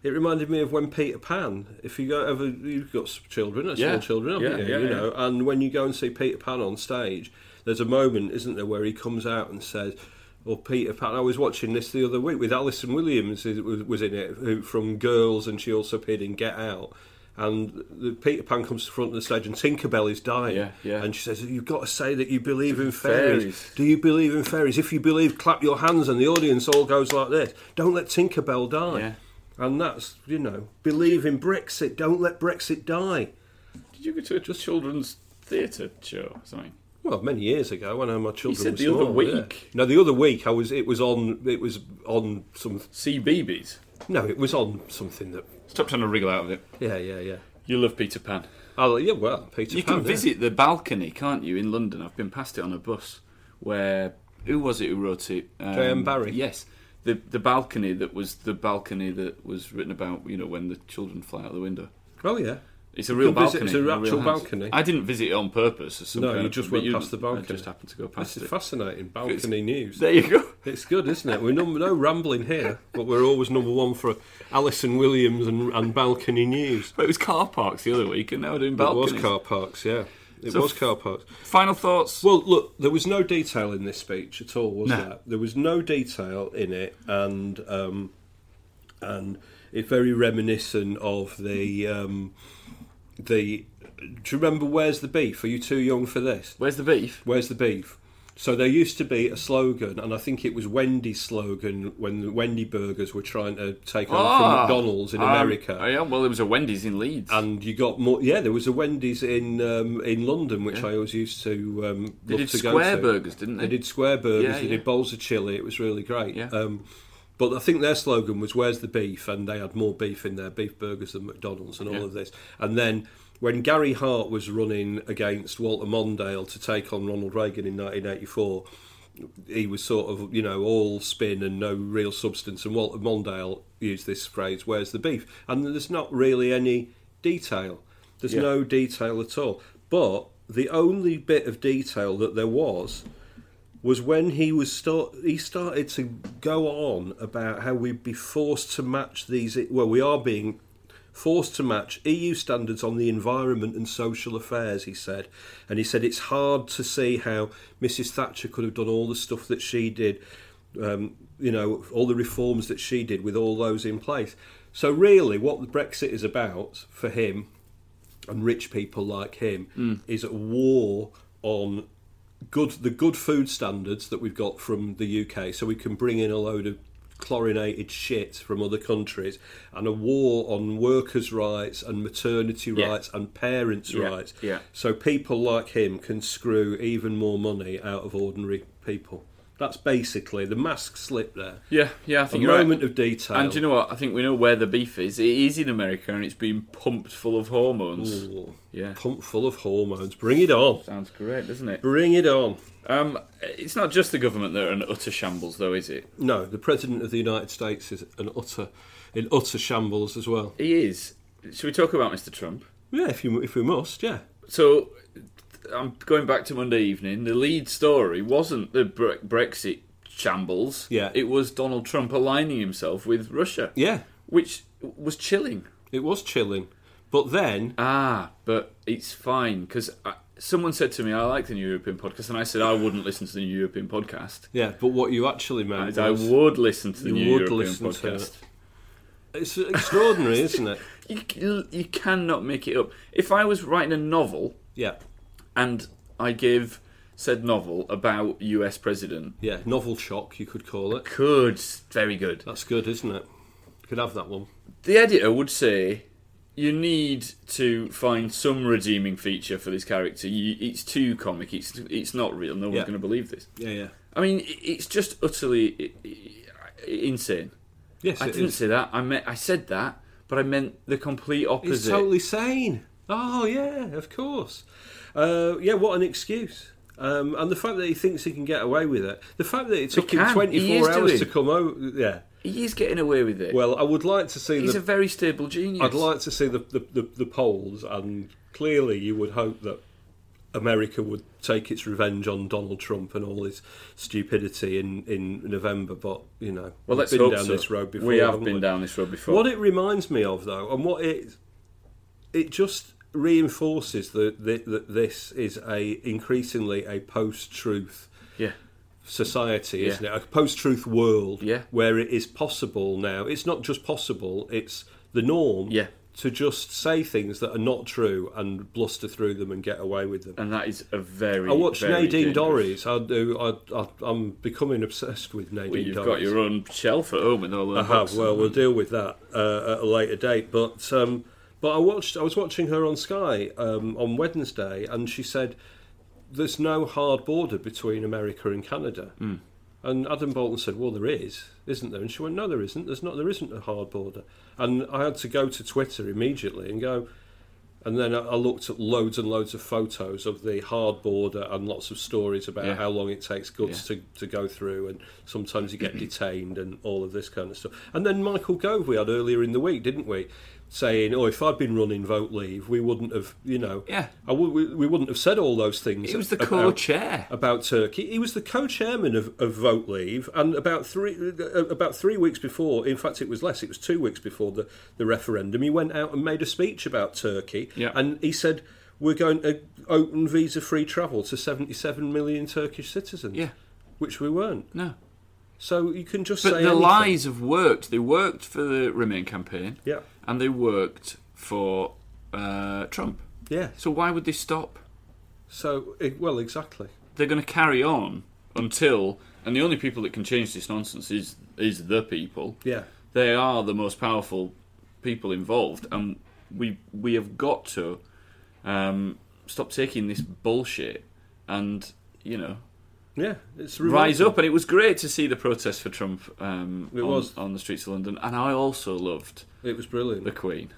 Speaker 2: It reminded me of when Peter Pan. If you go ever, you've got s- children, uh, small
Speaker 1: Yeah.
Speaker 2: children, haven't
Speaker 1: Yeah,
Speaker 2: you?
Speaker 1: yeah,
Speaker 2: you
Speaker 1: yeah.
Speaker 2: know, and when you go and see Peter Pan on stage, there's a moment, isn't there, where he comes out and says, "Well, Peter Pan." I was watching this the other week with Alison Williams who was was in it who, from Girls, and she also appeared in Get Out. And the Peter Pan comes to the front of the stage, and Tinkerbell is dying.
Speaker 1: Yeah, yeah.
Speaker 2: And she says, You've got to say that you believe in fairies.
Speaker 1: Fairies.
Speaker 2: Do you believe in fairies? If you believe, clap your hands, and the audience all goes like this. Don't let Tinkerbell die.
Speaker 1: Yeah.
Speaker 2: And that's, you know, believe in Brexit. Don't let Brexit die.
Speaker 1: Did you go to a children's theatre show or something?
Speaker 2: Well, many years ago, when my children
Speaker 1: said
Speaker 2: were
Speaker 1: the other
Speaker 2: small,
Speaker 1: week.
Speaker 2: yeah. No, the other week I was. It was on. It was on some.
Speaker 1: CBBS.
Speaker 2: No, it was on something that.
Speaker 1: Stop trying to wriggle out of it.
Speaker 2: Yeah, yeah, yeah.
Speaker 1: You love Peter Pan.
Speaker 2: Oh, yeah. Well, Peter.
Speaker 1: You
Speaker 2: Pan,
Speaker 1: can
Speaker 2: yeah.
Speaker 1: visit the balcony, can't you, in London? I've been past it on a bus. Where who was it who wrote it? Um,
Speaker 2: J.M. Barrie.
Speaker 1: Yes, the the balcony that was the balcony that was written about. You know, when the children fly out the window.
Speaker 2: Oh, yeah.
Speaker 1: It's a real
Speaker 2: can visit-
Speaker 1: balcony.
Speaker 2: it's a
Speaker 1: real
Speaker 2: actual
Speaker 1: house.
Speaker 2: balcony.
Speaker 1: I didn't visit it on purpose. Or some
Speaker 2: No,
Speaker 1: kind
Speaker 2: you
Speaker 1: of-
Speaker 2: just
Speaker 1: but
Speaker 2: went past the balcony.
Speaker 1: I just happened to go past
Speaker 2: This is
Speaker 1: it.
Speaker 2: fascinating. Balcony news.
Speaker 1: There you go.
Speaker 2: It's good, isn't it? We're num- no rambling here, but we're always number one for Alison Williams and, and balcony news.
Speaker 1: But it was car parks the other week, and now we're doing
Speaker 2: It was
Speaker 1: balconies.
Speaker 2: car parks, yeah. It
Speaker 1: So-
Speaker 2: was car parks.
Speaker 1: Final thoughts.
Speaker 2: Well, look, there was no detail in this speech at all, was
Speaker 1: No.
Speaker 2: there? There was no detail in it, and um, and it's very reminiscent of the um, the. Do you remember where's the beef? Are you too young for this?
Speaker 1: Where's the beef?
Speaker 2: Where's the beef? So there used to be a slogan, and I think it was Wendy's slogan when the Wendy burgers were trying to take over from
Speaker 1: Ah,
Speaker 2: McDonald's in
Speaker 1: um,
Speaker 2: America.
Speaker 1: oh, yeah, well, there was a Wendy's in Leeds.
Speaker 2: and you got more. Yeah, there was a Wendy's in um, in London, which I always used to um,
Speaker 1: they did
Speaker 2: love to go
Speaker 1: square
Speaker 2: to.
Speaker 1: burgers, didn't they?
Speaker 2: They did square burgers.
Speaker 1: Yeah,
Speaker 2: they
Speaker 1: yeah.
Speaker 2: did bowls of chili. It was really great.
Speaker 1: Yeah.
Speaker 2: Um, But I think their slogan was "Where's the beef?" and they had more beef in their beef burgers than McDonald's and all
Speaker 1: Yeah.
Speaker 2: of this. And then when Gary Hart was running against Walter Mondale to take on Ronald Reagan in 1984. He was sort of, you know, all spin and no real substance. And Walter Mondale used this phrase, "Where's the beef?" And there's not really any detail. There's
Speaker 1: Yeah.
Speaker 2: no detail at all. But the only bit of detail that there was was when he was start, he started to go on about how we'd be forced to match these well we are being forced to match EU standards on the environment and social affairs he said and he said it's hard to see how Mrs Thatcher could have done all the stuff that she did um, you know all the reforms that she did with all those in place so really what Brexit is about for him and rich people like him is at war on good the good food standards that we've got from the UK so we can bring in a load of chlorinated shit from other countries and a war on workers' rights and maternity
Speaker 1: Yeah.
Speaker 2: rights and parents'
Speaker 1: Yeah,
Speaker 2: rights
Speaker 1: yeah.
Speaker 2: so people like him can screw even more money out of ordinary people that's basically the mask slip there
Speaker 1: Yeah, yeah, I
Speaker 2: a
Speaker 1: think you're right.
Speaker 2: moment of detail
Speaker 1: And do you know what? I think we know where the beef is. It is in America, and it's being pumped full of hormones.
Speaker 2: Ooh,
Speaker 1: Yeah.
Speaker 2: pump full of hormones bring it on
Speaker 1: Sounds great, doesn't it?
Speaker 2: bring it on
Speaker 1: Um, it's not just the government that are in utter shambles, though, is it?
Speaker 2: No, the president of the United States is an utter in utter shambles as well.
Speaker 1: He is. Should we talk about Mr. Trump?
Speaker 2: Yeah, if you if we must, yeah.
Speaker 1: So, I'm going back to Monday evening. The lead story wasn't the Bre- Brexit shambles.
Speaker 2: Yeah.
Speaker 1: It was Donald Trump aligning himself with Russia.
Speaker 2: Yeah.
Speaker 1: Which was chilling.
Speaker 2: It was chilling. But then
Speaker 1: Ah, but it's fine because someone said to me, "I like the New European podcast," and I said I wouldn't listen to the New European podcast.
Speaker 2: yeah, but what you actually meant
Speaker 1: And I
Speaker 2: was-
Speaker 1: would listen to the
Speaker 2: You
Speaker 1: New
Speaker 2: would
Speaker 1: European
Speaker 2: listen to
Speaker 1: podcast.
Speaker 2: it's extraordinary, isn't it?
Speaker 1: You, c- you cannot make it up. If I was writing a novel
Speaker 2: Yeah.
Speaker 1: and I give said novel about U.S. president,
Speaker 2: Yeah. Novel shock you could call it.
Speaker 1: good, very good.
Speaker 2: That's good, isn't it? Could have that one.
Speaker 1: The editor would say. You need to find some redeeming feature for this character. You, it's too comic. It's it's not real. No one's
Speaker 2: Yeah.
Speaker 1: going to believe this.
Speaker 2: Yeah, yeah.
Speaker 1: I mean, i- it's just utterly i- i- insane.
Speaker 2: Yes,
Speaker 1: I
Speaker 2: it
Speaker 1: didn't
Speaker 2: is.
Speaker 1: say that. I meant I said that, but I meant the complete opposite.
Speaker 2: It's totally sane. Oh yeah, of course. Uh, yeah, what an excuse. Um, and the fact that he thinks he can get away with it. The fact that it took him
Speaker 1: can.
Speaker 2: twenty
Speaker 1: He is
Speaker 2: four hours
Speaker 1: doing.
Speaker 2: to come over. Yeah.
Speaker 1: He is getting away with it.
Speaker 2: Well, I would like to see
Speaker 1: he's
Speaker 2: the
Speaker 1: a very stable genius.
Speaker 2: I'd like to see the, the, the, the polls, and clearly you would hope that America would take its revenge on Donald Trump and all his stupidity in, in November. But you know,
Speaker 1: Well,
Speaker 2: we've
Speaker 1: let's
Speaker 2: been
Speaker 1: hope
Speaker 2: down
Speaker 1: so.
Speaker 2: this road before.
Speaker 1: We have
Speaker 2: haven't
Speaker 1: been down this road before.
Speaker 2: What it reminds me of, though, and what it it just reinforces that that, that this is a increasingly a post truth
Speaker 1: yeah,
Speaker 2: society,
Speaker 1: Yeah.
Speaker 2: isn't it? A post truth world
Speaker 1: Yeah.
Speaker 2: where it is possible now. It's not just possible, it's the norm
Speaker 1: Yeah.
Speaker 2: to just say things that are not true and bluster through them and get away with them.
Speaker 1: and that is a very.
Speaker 2: I watched
Speaker 1: very
Speaker 2: Nadine
Speaker 1: dangerous-
Speaker 2: Dorries. I do. I, I, I'm becoming obsessed with Nadine
Speaker 1: Well, you've
Speaker 2: Dorries.
Speaker 1: got your own shelf at home and all the
Speaker 2: I have. Uh-huh, Well, we'll deal with that uh, at a later date. But um, but I watched. I was watching her on Sky um, on Wednesday, and she said there's no hard border between America and Canada.
Speaker 1: Hmm.
Speaker 2: And Adam Bolton said, "Well, there is, isn't there?" And she went, "No, there isn't. There's not. There isn't a hard border." And I had to go to Twitter immediately and go. And then I I looked at loads and loads of photos of the hard border and lots of stories about
Speaker 1: Yeah.
Speaker 2: how long it takes goods to, to go through, and sometimes you
Speaker 1: Mm-hmm.
Speaker 2: get detained and all of this kind of stuff. And then Michael Gove, we had earlier in the week, didn't we? Saying, "Oh, if I'd been running vote leave, we wouldn't have, you know,
Speaker 1: Yeah.
Speaker 2: I would, we, we wouldn't have said all those things."
Speaker 1: He was the
Speaker 2: about-
Speaker 1: co-chair.
Speaker 2: about Turkey. He was the co-chairman of, of Vote Leave, and about three uh, about three weeks before, in fact, it was less. It was two weeks before the, the referendum. He went out and made a speech about Turkey,
Speaker 1: Yeah.
Speaker 2: and he said. We're going to open visa-free travel to 77 million Turkish citizens,
Speaker 1: Yeah.
Speaker 2: which we weren't.
Speaker 1: No,
Speaker 2: So you can just
Speaker 1: but
Speaker 2: say
Speaker 1: the
Speaker 2: anything.
Speaker 1: lies have worked. They worked for the Remain campaign.
Speaker 2: Yeah.
Speaker 1: and they worked for uh, Trump.
Speaker 2: Yeah.
Speaker 1: So why would they stop?
Speaker 2: So eh, well, exactly.
Speaker 1: they're going to carry on until and the only people that can change this nonsense is is the people.
Speaker 2: Yeah.
Speaker 1: They are the most powerful people involved and we we have got to um, stop taking this bullshit and you know
Speaker 2: Yeah, it's
Speaker 1: rise
Speaker 2: revolting.
Speaker 1: up, and it was great to see the protest for Trump. Um,
Speaker 2: It
Speaker 1: on,
Speaker 2: was.
Speaker 1: on the streets of London, and I also loved
Speaker 2: It was brilliant.
Speaker 1: the Queen.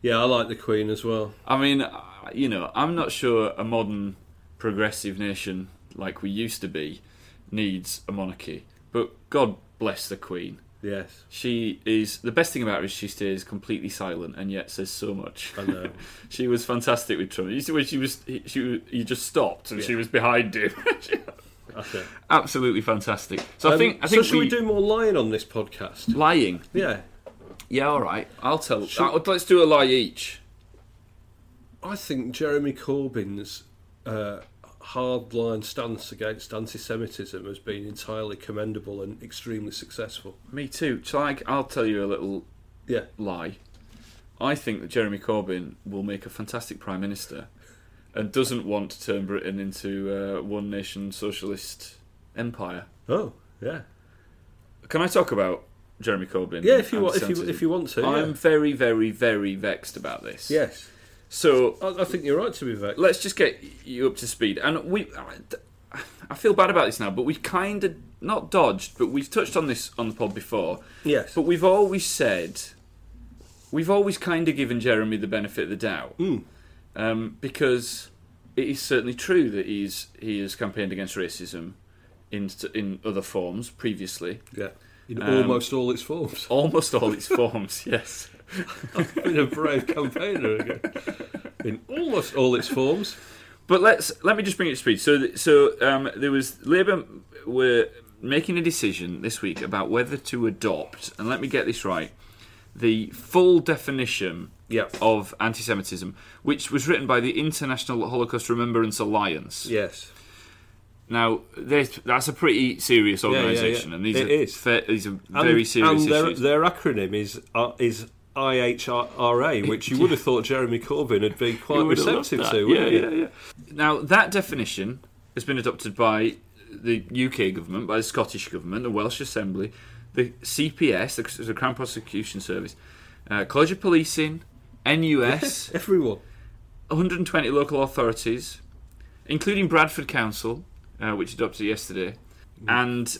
Speaker 2: Yeah, I like the Queen as well.
Speaker 1: I mean, I- you know, I'm not sure a modern progressive nation like we used to be needs a monarchy, but God bless the Queen.
Speaker 2: Yes,
Speaker 1: She is the best thing about her is she stays completely silent and yet says so much.
Speaker 2: I know.
Speaker 1: she was fantastic with Trump. You see when she was, he- she was- you just stopped and she was behind him.
Speaker 2: okay.
Speaker 1: Absolutely fantastic. Um, So I think I
Speaker 2: Um, so
Speaker 1: think
Speaker 2: should we, do more lying on this podcast?
Speaker 1: lying.
Speaker 2: Yeah,
Speaker 1: Yeah, all right. I'll tell.
Speaker 2: Should-
Speaker 1: uh, let's do a lie each.
Speaker 2: I think Jeremy Corbyn's uh, hardline stance against anti-Semitism has been entirely commendable and extremely successful.
Speaker 1: Me too. So I, I'll tell you a little
Speaker 2: Yeah,
Speaker 1: lie. I think that Jeremy Corbyn will make a fantastic prime minister, and doesn't want to turn Britain into uh, one nation socialist empire.
Speaker 2: Oh, yeah.
Speaker 1: Can I talk about Jeremy Corbyn?
Speaker 2: Yeah, if you
Speaker 1: and
Speaker 2: want- if you-
Speaker 1: anti-Semitism?
Speaker 2: if you want to, yeah.
Speaker 1: I'm very, very, very vexed about this.
Speaker 2: Yes.
Speaker 1: So
Speaker 2: I, I think you're right to be vexed.
Speaker 1: let's just get you up to speed. And we, I feel bad about this now, but we kind of not dodged, but we've touched on this on the pod before.
Speaker 2: Yes.
Speaker 1: But we've always said, we've always kind of given Jeremy the benefit of the doubt, um, because it is certainly true that he's he has campaigned against racism in in other forms previously,
Speaker 2: yeah. In almost all its forms.
Speaker 1: almost all its forms. Yes.
Speaker 2: Been a brave campaigner again. In almost all its forms.
Speaker 1: But let's let me just bring it to speed. So, th- so um, there was Labour were making a decision this week about whether to adopt, and let me get this right, the full definition
Speaker 2: Yeah.
Speaker 1: of anti-Semitism, which was written by the International Holocaust Remembrance Alliance.
Speaker 2: Yes.
Speaker 1: Now, this- that's a pretty serious
Speaker 2: yeah, yeah.
Speaker 1: organisation, and these
Speaker 2: It
Speaker 1: are
Speaker 2: is.
Speaker 1: fa- these are
Speaker 2: And-
Speaker 1: very serious
Speaker 2: And their,
Speaker 1: issues.
Speaker 2: their acronym is uh, is IHRA, which you would have thought Jeremy Corbyn would be quite
Speaker 1: You would have loved
Speaker 2: receptive
Speaker 1: that.
Speaker 2: to.
Speaker 1: Yeah,
Speaker 2: wouldn't you?
Speaker 1: yeah, yeah. Now that definition has been adopted by the UK government, by the Scottish government, the Welsh Assembly, the CPS, the, the Crown Prosecution Service, uh, College of Policing, NUS,
Speaker 2: Everyone.
Speaker 1: 120 local authorities, including Bradford Council, uh, which adopted it yesterday,
Speaker 2: Mm-hmm.
Speaker 1: and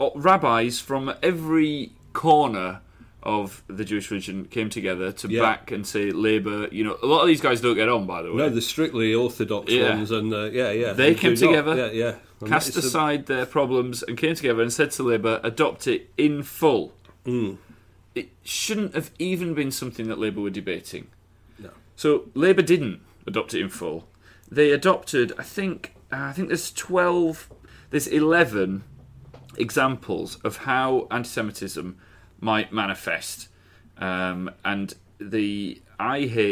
Speaker 1: r- rabbis from every corner of the Jewish religion came together to
Speaker 2: Yeah.
Speaker 1: back and say Labour. You know, a lot of these guys don't get on, by the way.
Speaker 2: No, the strictly orthodox
Speaker 1: Yeah.
Speaker 2: ones, and uh, yeah, yeah.
Speaker 1: They
Speaker 2: do
Speaker 1: came
Speaker 2: not.
Speaker 1: together,
Speaker 2: Yeah, yeah. And
Speaker 1: cast
Speaker 2: it's a-
Speaker 1: aside their problems and came together and said to Labour, adopt it in full.
Speaker 2: Hmm.
Speaker 1: It shouldn't have even been something that Labour were debating.
Speaker 2: No.
Speaker 1: So Labour didn't adopt it in full. They adopted, I think, uh, I think there's 12, there's 11 examples of how anti-Semitism might manifest, um, and the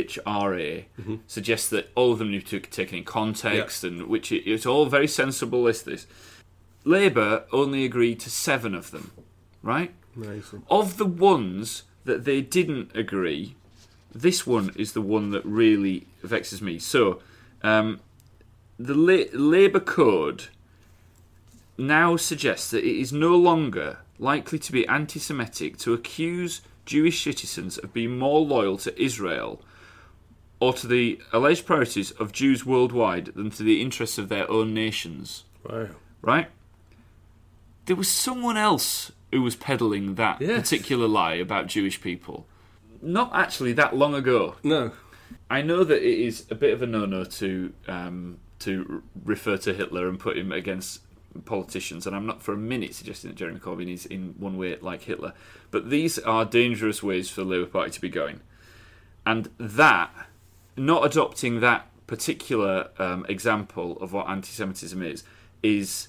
Speaker 1: IHRA suggests that all of them need to be taken in context, and which it, it's all very sensible. List this. Labour only agreed to seven of them, right?
Speaker 2: Amazing.
Speaker 1: Of the ones that they didn't agree, this one is the one that really vexes me. So, um, the La- Labour Code now suggests that it is no longer likely to be anti Semitic to accuse Jewish citizens of being more loyal to Israel or to the alleged priorities of Jews worldwide than to the interests of their own nations.
Speaker 2: Wow.
Speaker 1: Right? There was someone else who was peddling that
Speaker 2: Yes.
Speaker 1: particular lie about Jewish people. Not actually that long ago,
Speaker 2: No.
Speaker 1: I know that it is a bit of a no-no to um, to r- refer to Hitler and put him against politicians, and I'm not for a minute suggesting that Jeremy Corbyn is in one way like Hitler, but these are dangerous ways for the Labour Party to be going, and that not adopting that particular um, example of what anti-Semitism is is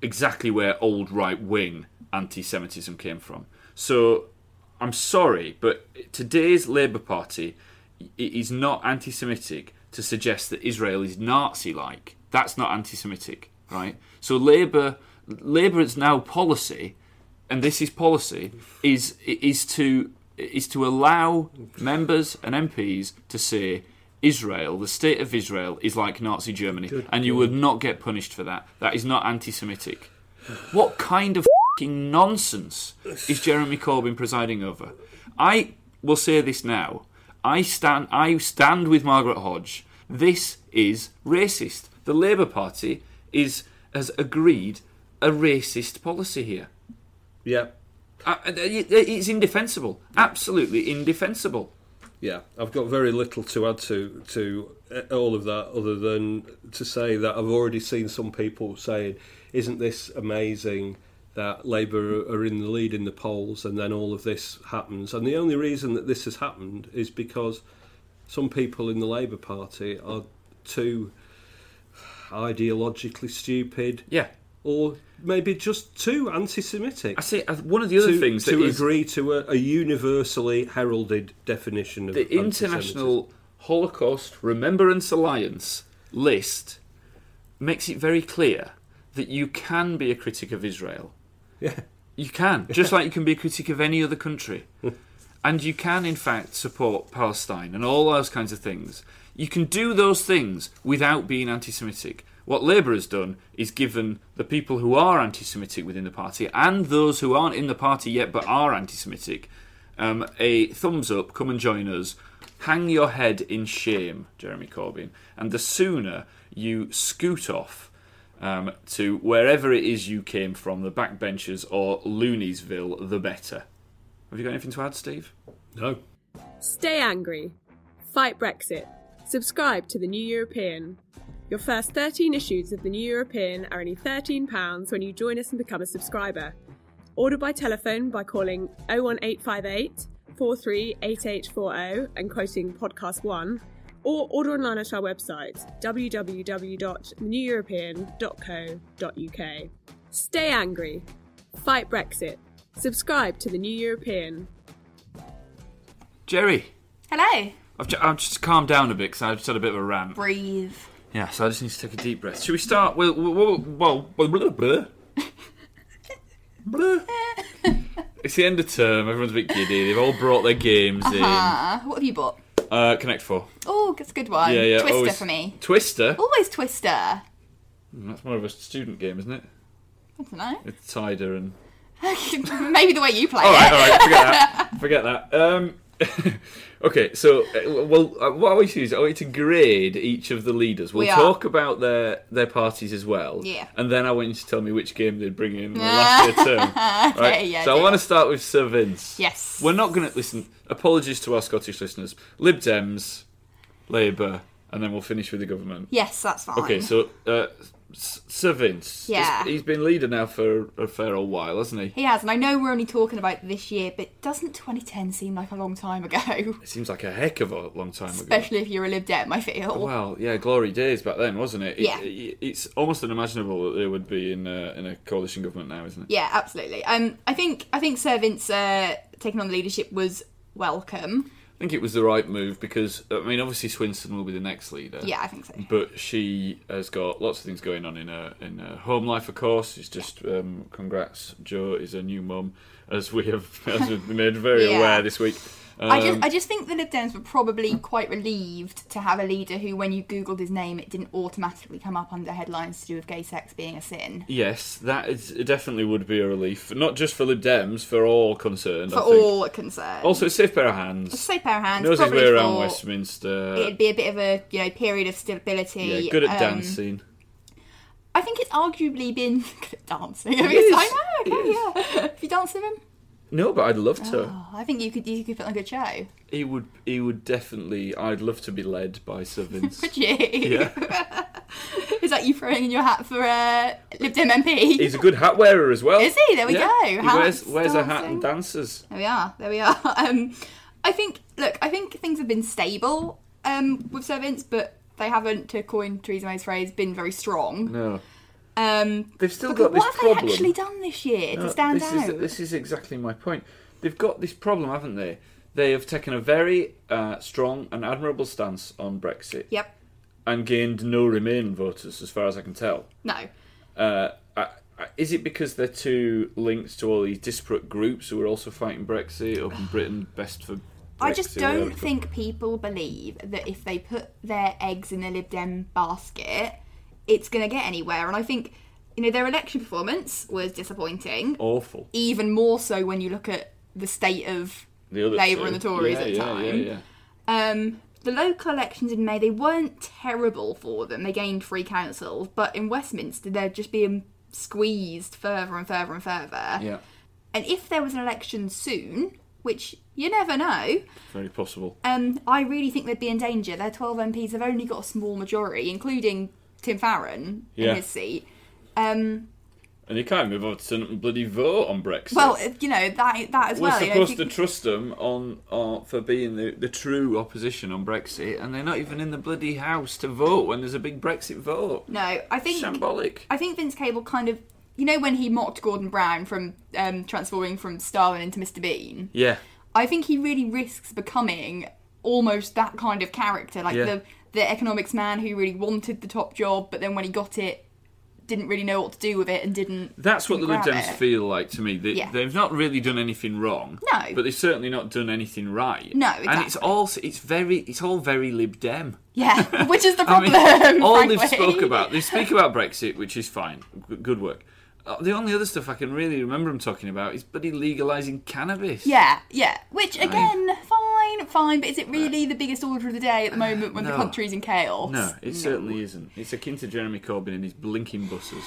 Speaker 1: exactly where old right wing anti Semitism came from. So I'm sorry, but today's Labour Party it is not anti Semitic to suggest that Israel is Nazi like. That's not anti Semitic, right? So Labour Labour's now policy, and this is policy, is is to is to allow members and MPs to say Israel, the state of Israel, is like Nazi Germany, and you would not get punished for that. That is not anti-Semitic. What kind of fing nonsense is Jeremy Corbyn presiding over? I will say this now. I stand. I stand with Margaret Hodge. This is racist. The Labour Party is has agreed a racist policy here.
Speaker 2: Yeah,
Speaker 1: Uh, it- it's indefensible. Absolutely indefensible.
Speaker 2: yeah. I've got very little to add to to uh, all of that, other than to say that I've already seen some people saying, "Isn't this amazing?" That Labour are in the lead in the polls, and then all of this happens. And the only reason that this has happened is because some people in the Labour Party are too ideologically stupid,
Speaker 1: Yeah.
Speaker 2: or maybe just too anti-Semitic.
Speaker 1: I say uh, one of the other
Speaker 2: to,
Speaker 1: things
Speaker 2: to
Speaker 1: that is
Speaker 2: agree to a, a universally heralded definition of
Speaker 1: the International Holocaust Remembrance Alliance list makes it very clear that you can be a critic of Israel. Yeah. You can, just like you can be a critic of any other country. and you can, in fact, support Palestine and all those kinds of things. You can do those things without being anti Semitic. What Labour has done is given the people who are anti Semitic within the party and those who aren't in the party yet but are anti Semitic um, a thumbs up, come and join us. Hang your head in shame, Jeremy Corbyn. And the sooner you scoot off um, to wherever it is you came from, the backbenchers or Looniesville, the better. Have you got anything to add, Steve?
Speaker 2: No.
Speaker 3: Stay angry. Fight Brexit. Subscribe to The New European. Your first 13 issues of The New European are only £13 when you join us and become a subscriber. Order by telephone by calling 01858 438840 and quoting podcast 1, or order online at our website www.theneweuropean.co.uk. Stay angry. Fight Brexit. Subscribe to The New European.
Speaker 1: Jerry,
Speaker 4: Hello.
Speaker 1: I've, ju- I've just calmed down a bit because I just had a bit of a rant.
Speaker 4: Breathe.
Speaker 1: Yeah, so I just need to take a deep breath. Should we start? Well, well, well, well blah, blah. Blah. It's the end of term. Everyone's a bit giddy. They've all brought their games
Speaker 4: Uh, what have you bought?
Speaker 1: in. Uh, Connect Four.
Speaker 4: Oh, that's a good one.
Speaker 1: Yeah, yeah.
Speaker 4: Twister
Speaker 1: always-
Speaker 4: for me.
Speaker 1: Twister.
Speaker 4: Always Twister. I
Speaker 1: That's more of a student game, isn't it?
Speaker 4: don't know.
Speaker 1: It's Tider and.
Speaker 4: Maybe the way you play
Speaker 1: All right,
Speaker 4: it.
Speaker 1: all right. Forget that. Forget that. Um, okay, so uh, well, uh, what I want you to do is I want you to grade each of the leaders. We'll
Speaker 4: We are.
Speaker 1: talk about their their parties as well.
Speaker 4: Yeah.
Speaker 1: And then I want you to tell me which game they'd bring in the last year term. All right.
Speaker 4: yeah,
Speaker 1: so I
Speaker 4: yeah.
Speaker 1: want to start with Sir Vince.
Speaker 4: Yes.
Speaker 1: We're not going to listen. Apologies to our Scottish listeners. Lib Dems, Labour, and then we'll finish with the government.
Speaker 4: Yes, that's fine.
Speaker 1: Okay, so uh, S- Sir Vince. he's-
Speaker 4: Yeah.
Speaker 1: he's been leader now for a fair old while, hasn't he?
Speaker 4: he has, and I know we're only talking about this year, but doesn't 2010 seem like a long time ago?
Speaker 1: It seems like a heck of a long time ago.
Speaker 4: Especially if you're a Lib Dem, I feel.
Speaker 1: Well, yeah, glory days back then, wasn't it? It-
Speaker 4: Yeah.
Speaker 1: it- it's almost unimaginable that they would be in a, in a coalition government now, isn't it?
Speaker 4: Yeah, absolutely. Um, I think I think Sir Vince uh, taking on the leadership was welcome.
Speaker 1: I think it was the right move because I mean, obviously Swinson will be the next leader.
Speaker 4: Yeah, I think so.
Speaker 1: But she has got lots of things going on in her in her home life, of course. It's just um, congrats, Joe is a new mum, as we have as we've been made very
Speaker 4: Yeah.
Speaker 1: aware this week. Um,
Speaker 4: I just I just think the Lib Dems were probably quite relieved to have a leader who, when you googled his name, it didn't automatically come up under headlines to do with gay sex being a sin.
Speaker 1: Yes, that is it definitely would be a relief, not just for Lib Dems, for all concerned.
Speaker 4: For
Speaker 1: I think.
Speaker 4: all concerned.
Speaker 1: Also, it's safe pair of hands.
Speaker 4: Say pair of hands.
Speaker 1: Knows his
Speaker 4: probably
Speaker 1: way around
Speaker 4: for-
Speaker 1: Westminster.
Speaker 4: It'd be a bit of a you know period of stability.
Speaker 1: yeah, good at
Speaker 4: um,
Speaker 1: dancing.
Speaker 4: I think it's arguably been good at dancing. I, mean,
Speaker 1: is,
Speaker 4: I know.
Speaker 1: it
Speaker 4: Okay, yeah. Have you danced with him?
Speaker 1: No, but I'd love to.
Speaker 4: Oh, I think you could you could put on a good show.
Speaker 1: He would. He would definitely. I'd love to be led by Sir Vince.
Speaker 4: Would you?
Speaker 1: yeah,
Speaker 4: Is that you throwing in your hat for uh, Lib Dem MP?
Speaker 1: he's a good hat wearer as well.
Speaker 4: Is he? There we
Speaker 1: Yeah.
Speaker 4: go.
Speaker 1: He wears,
Speaker 4: Hats,
Speaker 1: wears a hat and
Speaker 4: dancing.
Speaker 1: dances.
Speaker 4: There we are. There we are. Um, I think. Look, I think things have been stable um, with servants, but they haven't, to coin Theresa May's phrase, been very strong.
Speaker 1: No,
Speaker 4: Um,
Speaker 1: they've still
Speaker 4: but
Speaker 1: got
Speaker 4: what
Speaker 1: this
Speaker 4: have
Speaker 1: problem.
Speaker 4: they actually done this year
Speaker 1: No,
Speaker 4: to stand
Speaker 1: this
Speaker 4: out?
Speaker 1: Is, this is exactly my point. They've got this problem, haven't they? They have taken a very uh, strong and admirable stance on Brexit
Speaker 4: Yep.
Speaker 1: and gained no Remain voters, as far as I can tell.
Speaker 4: No.
Speaker 1: uh, I- I- is it because they're too linked to all these disparate groups who are also fighting Brexit? Up in Britain, best for. Brexit,
Speaker 4: I just
Speaker 1: whatever
Speaker 4: don't
Speaker 1: it's
Speaker 4: think people believe that if they put their eggs in a Lib Dem basket, it's going to get anywhere. And I think, you know, their election performance was disappointing.
Speaker 1: called. awful.
Speaker 4: even more so when you look at the state of
Speaker 1: The other
Speaker 4: Labour
Speaker 1: two.
Speaker 4: and the Tories
Speaker 1: yeah,
Speaker 4: at the
Speaker 1: yeah,
Speaker 4: time.
Speaker 1: Yeah, yeah.
Speaker 4: Um, The local elections in May, they weren't terrible for them. They gained three councils, but in Westminster, they're just being squeezed further and further and further.
Speaker 1: Yeah,
Speaker 4: And if there was an election soon, which you never know,
Speaker 1: very possible.
Speaker 4: um, I really think they'd be in danger. Their 12 MPs have only got a small majority, including Tim Farron
Speaker 1: Yeah.
Speaker 4: in his seat. Um,
Speaker 1: And you can't move over to turn up and bloody vote on Brexit.
Speaker 4: well, you know, that, that as
Speaker 1: we're
Speaker 4: well. you know, if
Speaker 1: supposed
Speaker 4: you-
Speaker 1: to trust them on, on for being the, the true opposition on Brexit, and they're not even in the bloody house to vote when there's a big Brexit vote.
Speaker 4: No, I think
Speaker 1: Shambolic.
Speaker 4: I think Vince Cable kind of, you know, when he mocked Gordon Brown from um, transforming from Starlin into Mr. Bean.
Speaker 1: Yeah,
Speaker 4: I think he really risks becoming almost that kind of character, like
Speaker 1: Yeah.
Speaker 4: the the economics man who really wanted the top job, but then when he got it, didn't really know what to do with it and didn't.
Speaker 1: that's what the Lib
Speaker 4: didn't grab
Speaker 1: Dems
Speaker 4: it.
Speaker 1: feel like to me. They,
Speaker 4: Yeah.
Speaker 1: They've not really done anything wrong.
Speaker 4: No.
Speaker 1: but they've certainly not done anything right.
Speaker 4: No,
Speaker 1: and it's
Speaker 4: exactly.
Speaker 1: all it's very it's all very Lib Dem.
Speaker 4: Yeah, which is the
Speaker 1: I
Speaker 4: problem.
Speaker 1: mean, all they've
Speaker 4: frankly.
Speaker 1: spoke about, they speak about Brexit, which is fine, G- good work. Uh, The only other stuff I can really remember them talking about is bloody legalising cannabis.
Speaker 4: Yeah, yeah. Which again, fine, fine. But is it really the biggest order of the day at the moment when the
Speaker 1: No.
Speaker 4: country's in chaos?
Speaker 1: No, it certainly isn't. It's akin to Jeremy Corbyn and his blinking buses.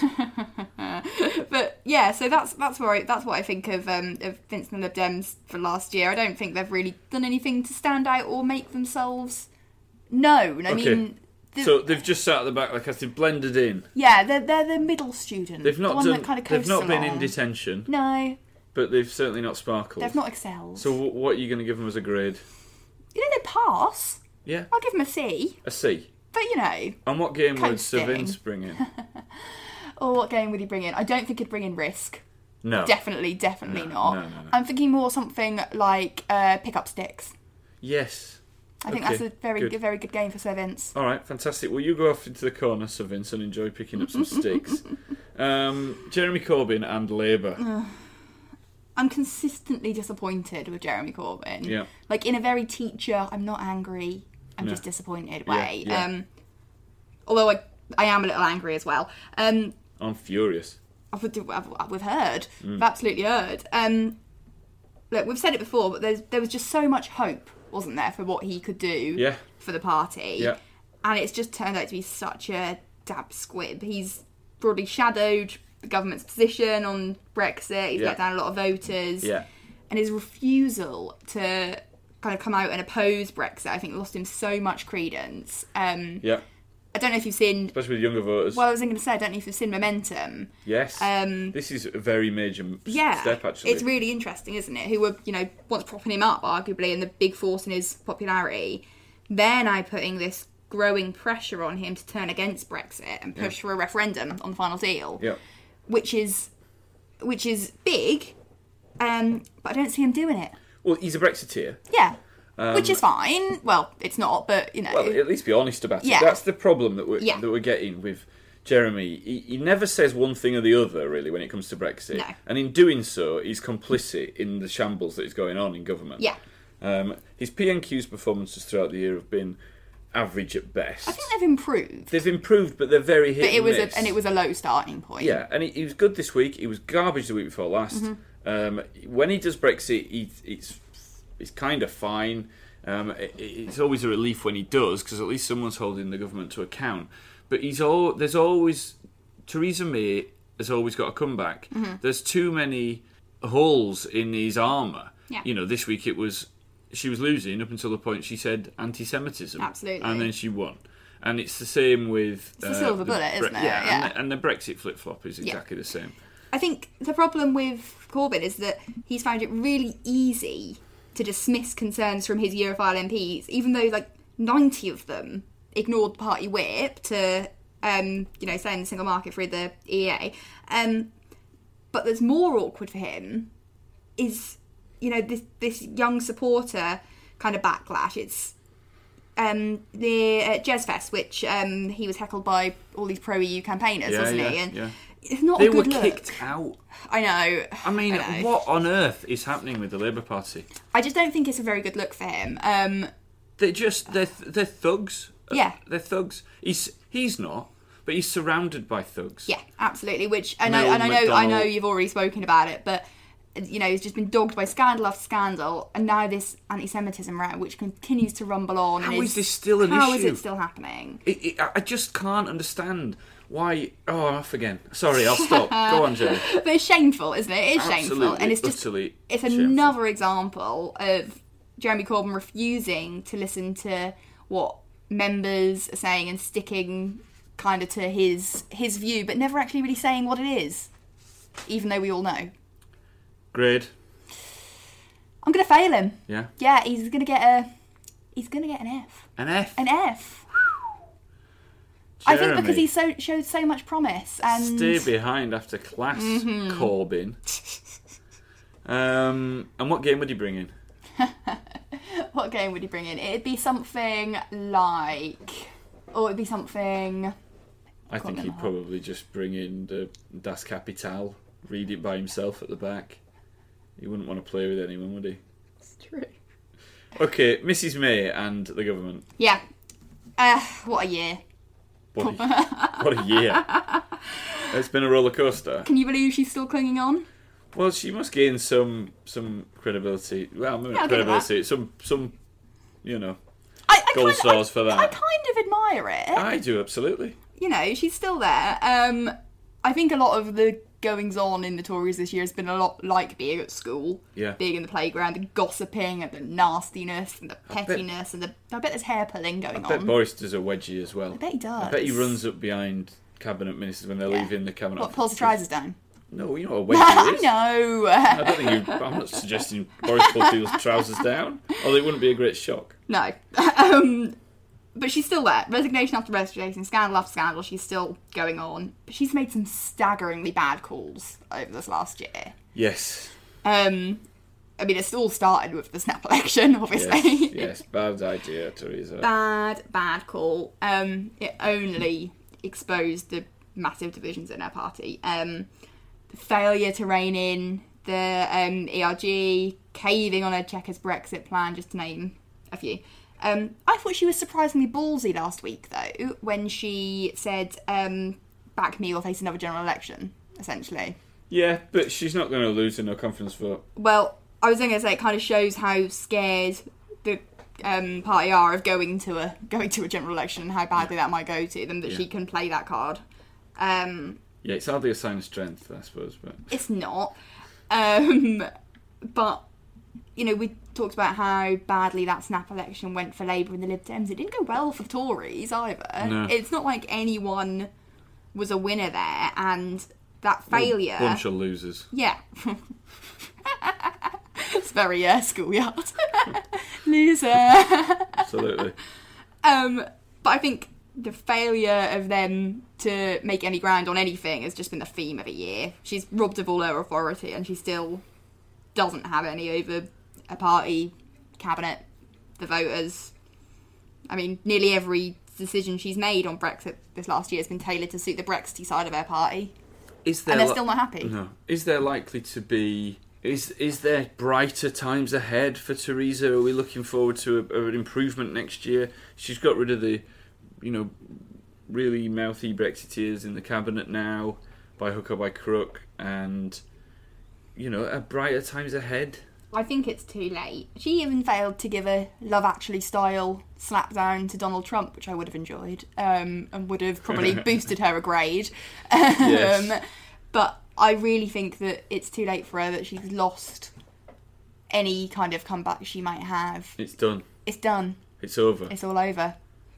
Speaker 4: But yeah, so that's that's where I, that's what I think of um, of Vincent and Lib Dems for last year. I don't think they've really done anything to stand out or make themselves known. I
Speaker 1: Okay.
Speaker 4: mean, the,
Speaker 1: so they've just sat at the back, like I said, blended in.
Speaker 4: yeah, they're they're the middle student.
Speaker 1: They've
Speaker 4: the
Speaker 1: not
Speaker 4: one
Speaker 1: done,
Speaker 4: that kind of
Speaker 1: they've
Speaker 4: coasts
Speaker 1: not been in
Speaker 4: along.
Speaker 1: detention,
Speaker 4: No,
Speaker 1: but they've certainly not sparkled.
Speaker 4: they've not excelled.
Speaker 1: So wh- what are you going to give them as a grade?
Speaker 4: you know they pass.
Speaker 1: Yeah,
Speaker 4: I'll give them a C.
Speaker 1: a C.
Speaker 4: But you know,
Speaker 1: And what game would
Speaker 4: Coasting.
Speaker 1: Savins bring in?
Speaker 4: oh, what game would he bring in? I don't think he'd bring in Risk.
Speaker 1: No,
Speaker 4: Definitely, definitely not.
Speaker 1: no, no, no.
Speaker 4: I'm thinking more something like uh, Pick Up Sticks.
Speaker 1: Yes.
Speaker 4: I think
Speaker 1: Okay,
Speaker 4: that's a very
Speaker 1: good.
Speaker 4: good. very good game for Sir Vince.
Speaker 1: All right, fantastic. Well, you go off into the corner, Sir Vince, and enjoy picking up some sticks. Um, Jeremy Corbyn and
Speaker 4: Mm.
Speaker 1: Labour.
Speaker 4: I'm consistently disappointed with Jeremy Corbyn.
Speaker 1: Yeah.
Speaker 4: Like in a very teacher, I'm not angry, I'm
Speaker 1: Yeah.
Speaker 4: just disappointed
Speaker 1: Yeah,
Speaker 4: way.
Speaker 1: yeah.
Speaker 4: Um although I I am a little angry as well. Um
Speaker 1: I'm furious.
Speaker 4: I've, I've, I've- we've heard.
Speaker 1: Mm.
Speaker 4: I've absolutely heard. Um look, we've said it before, but there's there was just so much hope, wasn't there, for what he could do
Speaker 1: Yeah.
Speaker 4: for the party.
Speaker 1: Yeah.
Speaker 4: And it's just turned out to be such a dab squib. He's broadly shadowed the government's position on Brexit. He's
Speaker 1: Yeah.
Speaker 4: let down a lot of voters
Speaker 1: Yeah.
Speaker 4: and his refusal to kind of come out and oppose Brexit, I think lost him so much credence. Um,
Speaker 1: Yeah.
Speaker 4: I don't know if you've seen.
Speaker 1: Especially with younger voters.
Speaker 4: Well, I was going to say, I don't know if you've seen Momentum.
Speaker 1: yes.
Speaker 4: um,
Speaker 1: this is a very major m-
Speaker 4: Yeah,
Speaker 1: step, actually.
Speaker 4: it's really interesting, isn't it? Who were you know once propping him up, arguably, and the big force in his popularity. They're now putting this growing pressure on him to turn against Brexit and push for a referendum on the final deal,
Speaker 1: Yeah.
Speaker 4: which is which is big. Um, but I don't see him doing it.
Speaker 1: Well, he's a Brexiteer.
Speaker 4: Yeah. Which is fine. Well, it's not, but you know.
Speaker 1: Um, Well, at least be honest about it.
Speaker 4: Yeah.
Speaker 1: That's the problem that we're
Speaker 4: Yeah.
Speaker 1: that we're getting with Jeremy. He, he never says one thing or the other really when it comes to Brexit,
Speaker 4: No.
Speaker 1: and in doing so, he's complicit in the shambles that is going on in government.
Speaker 4: Yeah.
Speaker 1: Um, his PNQ's performances throughout the year have been average at best.
Speaker 4: I think they've improved.
Speaker 1: They've improved, but they're very hit.
Speaker 4: but it
Speaker 1: and
Speaker 4: was
Speaker 1: miss.
Speaker 4: a, and it was a low starting point.
Speaker 1: Yeah, and he, he was good this week. He was garbage the week before last.
Speaker 4: Mm-hmm.
Speaker 1: Um, when he does Brexit, he, it's it's kind of fine. Um, it, it's always a relief when he does because at least someone's holding the government to account. But he's all there's always Theresa May has always got a comeback.
Speaker 4: Mm-hmm.
Speaker 1: There's too many holes in his armour.
Speaker 4: Yeah.
Speaker 1: You know, this week it was she was losing up until the point she said anti-Semitism,
Speaker 4: Absolutely.
Speaker 1: and then she won. And it's the same with
Speaker 4: It's a silver bullet, isn't it?
Speaker 1: Uh, Yeah,
Speaker 4: Yeah.
Speaker 1: And, the, and the Brexit flip flop is exactly the same.
Speaker 4: I think the problem with Corbyn is that he's found it really easy to dismiss concerns from his Europhile MPs, even though like ninety of them ignored the party whip to um, you know, saying the single market through the EA. Um, but that's more awkward for him is you know this this young supporter kind of backlash. It's um, the uh, Jez Fest, which um, he was heckled by all these pro EU campaigners,
Speaker 1: Yeah,
Speaker 4: wasn't
Speaker 1: yeah,
Speaker 4: he? And
Speaker 1: yeah.
Speaker 4: it's not
Speaker 1: They
Speaker 4: a
Speaker 1: were
Speaker 4: good look.
Speaker 1: kicked out.
Speaker 4: I know.
Speaker 1: I mean,
Speaker 4: know.
Speaker 1: what on earth is happening with the Labour Party?
Speaker 4: I just don't think it's a very good look for him. Um,
Speaker 1: They're just they're th- they're thugs. Uh,
Speaker 4: Yeah.
Speaker 1: they're thugs. He's he's not, but he's surrounded by thugs.
Speaker 4: yeah, absolutely. Which and I
Speaker 1: Mel
Speaker 4: and I know I know
Speaker 1: McDonald.
Speaker 4: you've already spoken about it, but you know, he's just been dogged by scandal after scandal, and now this anti-Semitism row, which continues to rumble on.
Speaker 1: How
Speaker 4: and
Speaker 1: is this still an
Speaker 4: how is
Speaker 1: issue?
Speaker 4: it still happening?
Speaker 1: It, it, I I just can't understand why. Oh, I'm off again. Sorry, I'll stop. Go on, Joe.
Speaker 4: But it's shameful, isn't it? It is shameful,
Speaker 1: Absolutely,
Speaker 4: and it's just
Speaker 1: utterly
Speaker 4: it's
Speaker 1: shameful.
Speaker 4: another example of Jeremy Corbyn refusing to listen to what members are saying and sticking kind of to his his view, but never actually really saying what it is, even though we all know.
Speaker 1: Grade.
Speaker 4: I'm gonna fail him.
Speaker 1: Yeah.
Speaker 4: Yeah, he's gonna get a he's gonna get an F,
Speaker 1: An F.
Speaker 4: an F. I think because he so showed so much promise and
Speaker 1: Stay behind after class,
Speaker 4: Mm-hmm.
Speaker 1: Corbin. Um, and what game would you bring in?
Speaker 4: What game would you bring in? It'd be something like, or it'd be something.
Speaker 1: I think he'd probably just bring in the Das Kapital, read it by himself at the back. He wouldn't want to play with anyone, would he?
Speaker 4: It's true.
Speaker 1: Okay, Mrs. May and the government.
Speaker 4: Yeah. Uh, what a year!
Speaker 1: What a, what a year. It's been a roller coaster.
Speaker 4: Can you believe she's still clinging on?
Speaker 1: Well, she must gain some some credibility. Well, maybe
Speaker 4: Yeah, I'll
Speaker 1: not
Speaker 4: give her that.
Speaker 1: credibility. Some some, you know,
Speaker 4: I, I
Speaker 1: gold
Speaker 4: kind of,
Speaker 1: stars for
Speaker 4: I, I
Speaker 1: that. Uh,
Speaker 4: kind of admire it.
Speaker 1: I do absolutely.
Speaker 4: you know, she's still there. Um, I think a lot of the goings on in the Tories this year has been a lot like being at school,
Speaker 1: Yeah.
Speaker 4: being in the playground, the gossiping and the nastiness and the pettiness and the. I bet there's hair pulling going
Speaker 1: I bet
Speaker 4: on.
Speaker 1: Boris does a wedgie as well. I
Speaker 4: bet he does.
Speaker 1: I bet he runs up behind cabinet ministers when they're
Speaker 4: Yeah.
Speaker 1: leaving the cabinet.
Speaker 4: What
Speaker 1: office.
Speaker 4: pulls the trousers down?
Speaker 1: No, you know what a
Speaker 4: I
Speaker 1: wedgie is.
Speaker 4: know.
Speaker 1: I don't think you. I'm not suggesting Boris pulls people's trousers down, although it wouldn't be a great shock.
Speaker 4: No. um, but she's still there. Resignation after resignation, scandal after scandal, she's still going on. But she's made some staggeringly bad calls over this last year.
Speaker 1: Yes.
Speaker 4: Um, I mean, it's all started with the snap election, obviously.
Speaker 1: Yes, yes, bad idea, Theresa.
Speaker 4: Bad, bad call. Um, it only exposed the massive divisions in our party. Um, the failure to rein in the um, ERG, caving on a Chequers Brexit plan, just to name a few. Um, I thought she was surprisingly ballsy last week, though, when she said, um, back me or face another general election, essentially.
Speaker 1: Yeah, but she's not going to lose in her conference vote.
Speaker 4: Well, I was going to say it kind of shows how scared the um, party are of going to a going to a general election and how badly that might go to them that she can play that card. Um,
Speaker 1: Yeah, it's hardly a sign of strength, I suppose. But
Speaker 4: it's not, um, but you know we talked about how badly that snap election went for Labour and the Lib Dems. It didn't go well for the Tories either.
Speaker 1: No.
Speaker 4: It's not like anyone was a winner there, and that failure.
Speaker 1: bunch of losers.
Speaker 4: Yeah. it's very uh, schoolyard. Loser.
Speaker 1: Absolutely.
Speaker 4: Um, but I think the failure of them to make any ground on anything has just been the theme of the year. She's robbed of all her authority and she still doesn't have any over a party, cabinet, the voters. I mean, nearly every decision she's made on Brexit this last year has been tailored to suit the Brexit side of her party.
Speaker 1: Is there
Speaker 4: And they're
Speaker 1: li-
Speaker 4: still not happy.
Speaker 1: No. Is there likely to be? Is is there brighter times ahead for Theresa? Are we looking forward to a, an improvement next year? She's got rid of the, you know, really mouthy Brexiteers in the cabinet now, by hook or by crook, and you know, a brighter times ahead.
Speaker 4: I think it's too late. She even failed to give a Love Actually style slap down to Donald Trump, which I would have enjoyed um, and would have probably boosted her a grade.
Speaker 1: Yes.
Speaker 4: Um, but I really think that it's too late for her, that she's lost any kind of comeback she might have.
Speaker 1: It's done.
Speaker 4: It's done,
Speaker 1: It's over.
Speaker 4: it's all over.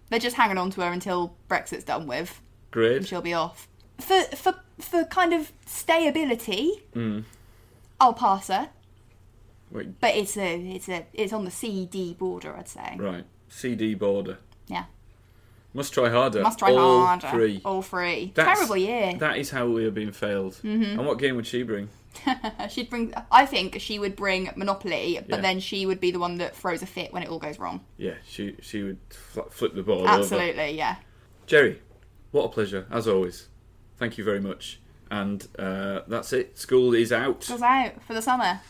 Speaker 4: They're just hanging on to her until Brexit's done with
Speaker 1: Great.
Speaker 4: she'll be off. For for for kind of stayability, I'll pass her.
Speaker 1: Wait,
Speaker 4: But it's a it's a it's on the CD border, I'd say.
Speaker 1: right. CD border.
Speaker 4: Yeah,
Speaker 1: Must try harder.
Speaker 4: must try
Speaker 1: All
Speaker 4: harder.
Speaker 1: Three.
Speaker 4: All three.
Speaker 1: That's-
Speaker 4: Terrible year. Mm-hmm.
Speaker 1: That is how we are being failed. And what game would she bring?
Speaker 4: Uh, She'd bring. I think she would bring Monopoly, but
Speaker 1: Yeah.
Speaker 4: then she would be the one that throws a fit when it all goes wrong.
Speaker 1: Yeah, she she would fl- flip the ball over.
Speaker 4: Absolutely, yeah.
Speaker 1: Jerry, what a pleasure as always. Thank you very much. And uh, that's it. School is out.
Speaker 4: Goes out for the summer.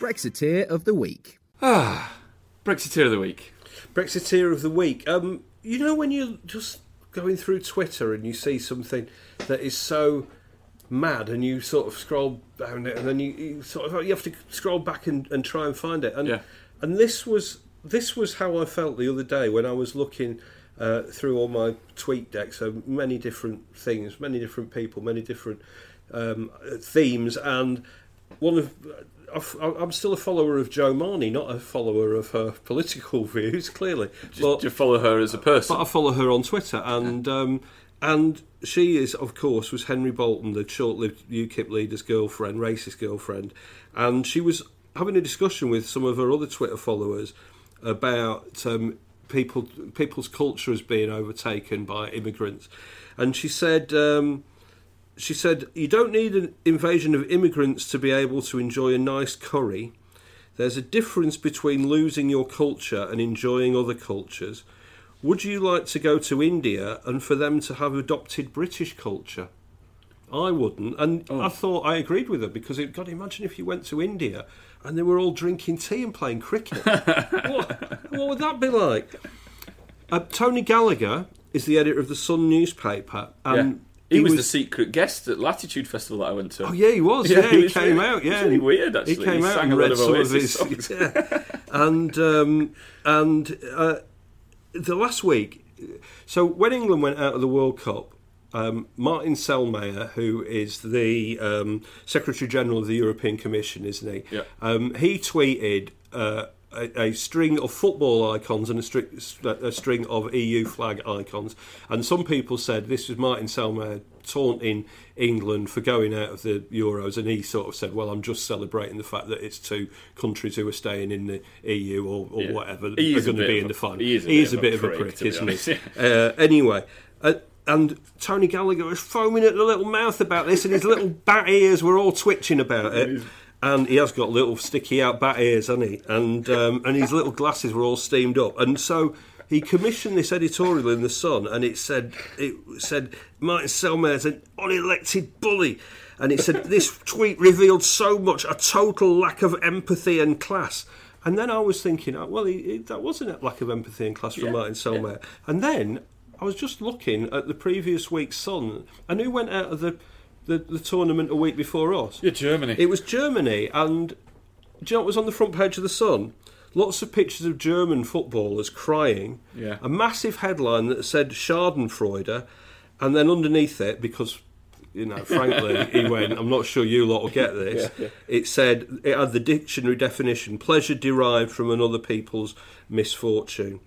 Speaker 5: Brexiteer of the Week.
Speaker 1: Brexiteer of the week.
Speaker 2: Brexiteer of the week. Um, you know when you're just going through Twitter and you see something that is so mad, and you sort of scroll down it, and then you, you sort of you have to scroll back and, and try and find it. And
Speaker 1: Yeah.
Speaker 2: and this was this was how I felt the other day when I was looking uh, through all my tweet deck. So many different things, many different people, many different um, uh, themes, and one of. uh, I've- I'm still a follower of Joe Marnie, not a follower of her political views, clearly. But-
Speaker 1: Do you follow her as a person?
Speaker 2: but uh, I follow her on Twitter, and um, and she is, of course, was Henry Bolton, the short-lived UKIP leader's girlfriend, racist girlfriend, and she was having a discussion with some of her other Twitter followers about um, people people's culture as being overtaken by immigrants, and she said. Um, she said, You don't need an invasion of immigrants to be able to enjoy a nice curry. There's a difference between losing your culture and enjoying other cultures. Would you like to go to India and for them to have adopted British culture? I wouldn't. And
Speaker 1: Oh.
Speaker 2: I thought I agreed with her because it, God, imagine if you went to India and they were all drinking tea and playing cricket. what, what would that be like? Uh, Tony Gallagher is the editor of the Sun newspaper. And
Speaker 1: He, was, the secret guest at Latitude Festival that I went to.
Speaker 2: um, Oh yeah, he was. Yeah, he,
Speaker 1: was
Speaker 2: came
Speaker 1: really-
Speaker 2: out.
Speaker 1: he was
Speaker 2: Yeah,
Speaker 1: really weird. Actually,
Speaker 2: he came out
Speaker 1: sang
Speaker 2: and
Speaker 1: a lot
Speaker 2: read
Speaker 1: of
Speaker 2: some
Speaker 1: Oasis
Speaker 2: of his.
Speaker 1: songs.
Speaker 2: Yeah. and um, and uh, the last week, so when England went out of the World Cup, um, Martin Selmayr, who is the um, Secretary General of the European Commission, isn't he?
Speaker 1: Yeah.
Speaker 2: Um, he tweeted. Uh, a, a string of football icons and a, stri- st- a string of EU flag icons, and some people said this was Martin Selmayr taunting England for going out of the Euros, and he sort of said, "Well, I'm just celebrating the fact that it's two countries who are staying in the EU or, or
Speaker 1: Yeah.
Speaker 2: whatever
Speaker 1: He
Speaker 2: are
Speaker 1: is a
Speaker 2: going to
Speaker 1: bit of
Speaker 2: be in
Speaker 1: a-
Speaker 2: the final."
Speaker 1: he is a
Speaker 2: He
Speaker 1: bit
Speaker 2: is a
Speaker 1: of a
Speaker 2: bit of a
Speaker 1: prick,
Speaker 2: prick,
Speaker 1: to be
Speaker 2: isn't he?
Speaker 1: honest.
Speaker 2: Uh, anyway, uh, and Tony Gallagher was foaming at the little mouth about this, and his little bat ears were all twitching about it. And he has got little sticky out bat ears, hasn't he? And um, and his little glasses were all steamed up. And so he commissioned this editorial in the Sun, and it said it said Martin Selmayr is an unelected bully. And it said this tweet revealed so much a total lack of empathy and class. And then I was thinking, oh, well, he, he, that wasn't a lack of empathy and class from Martin Selmayr. And then I was just looking at the previous week's Sun, and who went out of the, the, the tournament a week before us?
Speaker 1: Yeah, Germany.
Speaker 2: It was Germany, and do you know what was on the front page of the Sun? Lots of pictures of German footballers crying.
Speaker 1: Yeah.
Speaker 2: A massive headline that said Schadenfreude, and then underneath it, because you know, frankly, he went, I'm not sure you lot will get this. It said it had the dictionary definition: pleasure derived from another people's misfortune.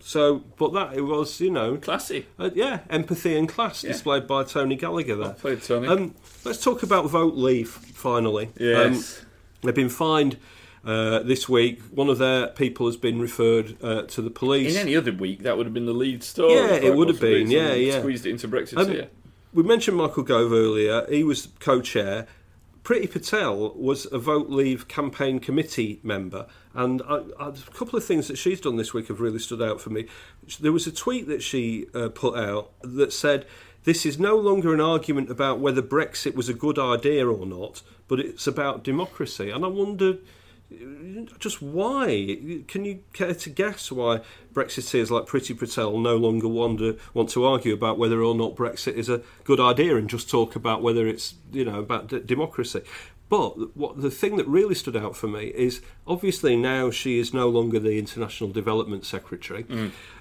Speaker 2: So, but that it was, you know,
Speaker 1: Classy.
Speaker 2: uh, yeah, empathy and class displayed by Tony Gallagher. There,
Speaker 1: played, Tony.
Speaker 2: Um, let's talk about Vote Leave finally.
Speaker 1: Yes.
Speaker 2: Um, they've been fined uh, this week. One of their people has been referred uh, to the police.
Speaker 1: In any other week, that would have been the lead story.
Speaker 2: Yeah,
Speaker 1: for
Speaker 2: it
Speaker 1: that
Speaker 2: would have
Speaker 1: possible
Speaker 2: been,
Speaker 1: reason,
Speaker 2: yeah,
Speaker 1: and
Speaker 2: yeah.
Speaker 1: Squeezed it into Brexit.
Speaker 2: Um,
Speaker 1: yeah.
Speaker 2: We mentioned Michael Gove earlier. He was co-chair. Pretty Patel was a Vote Leave campaign committee member, and I, I, a couple of things that she's done this week have really stood out for me. There was a tweet that she uh, put out that said, "This is no longer an argument about whether Brexit was a good idea or not, but it's about democracy." And I wonder just why? Can you care to guess why Brexiteers like Pretty Patel no longer wonder, want to argue about whether or not Brexit is a good idea and just talk about whether it's you know about d- democracy? But what the thing that really stood out for me is obviously now she is no longer the international development secretary.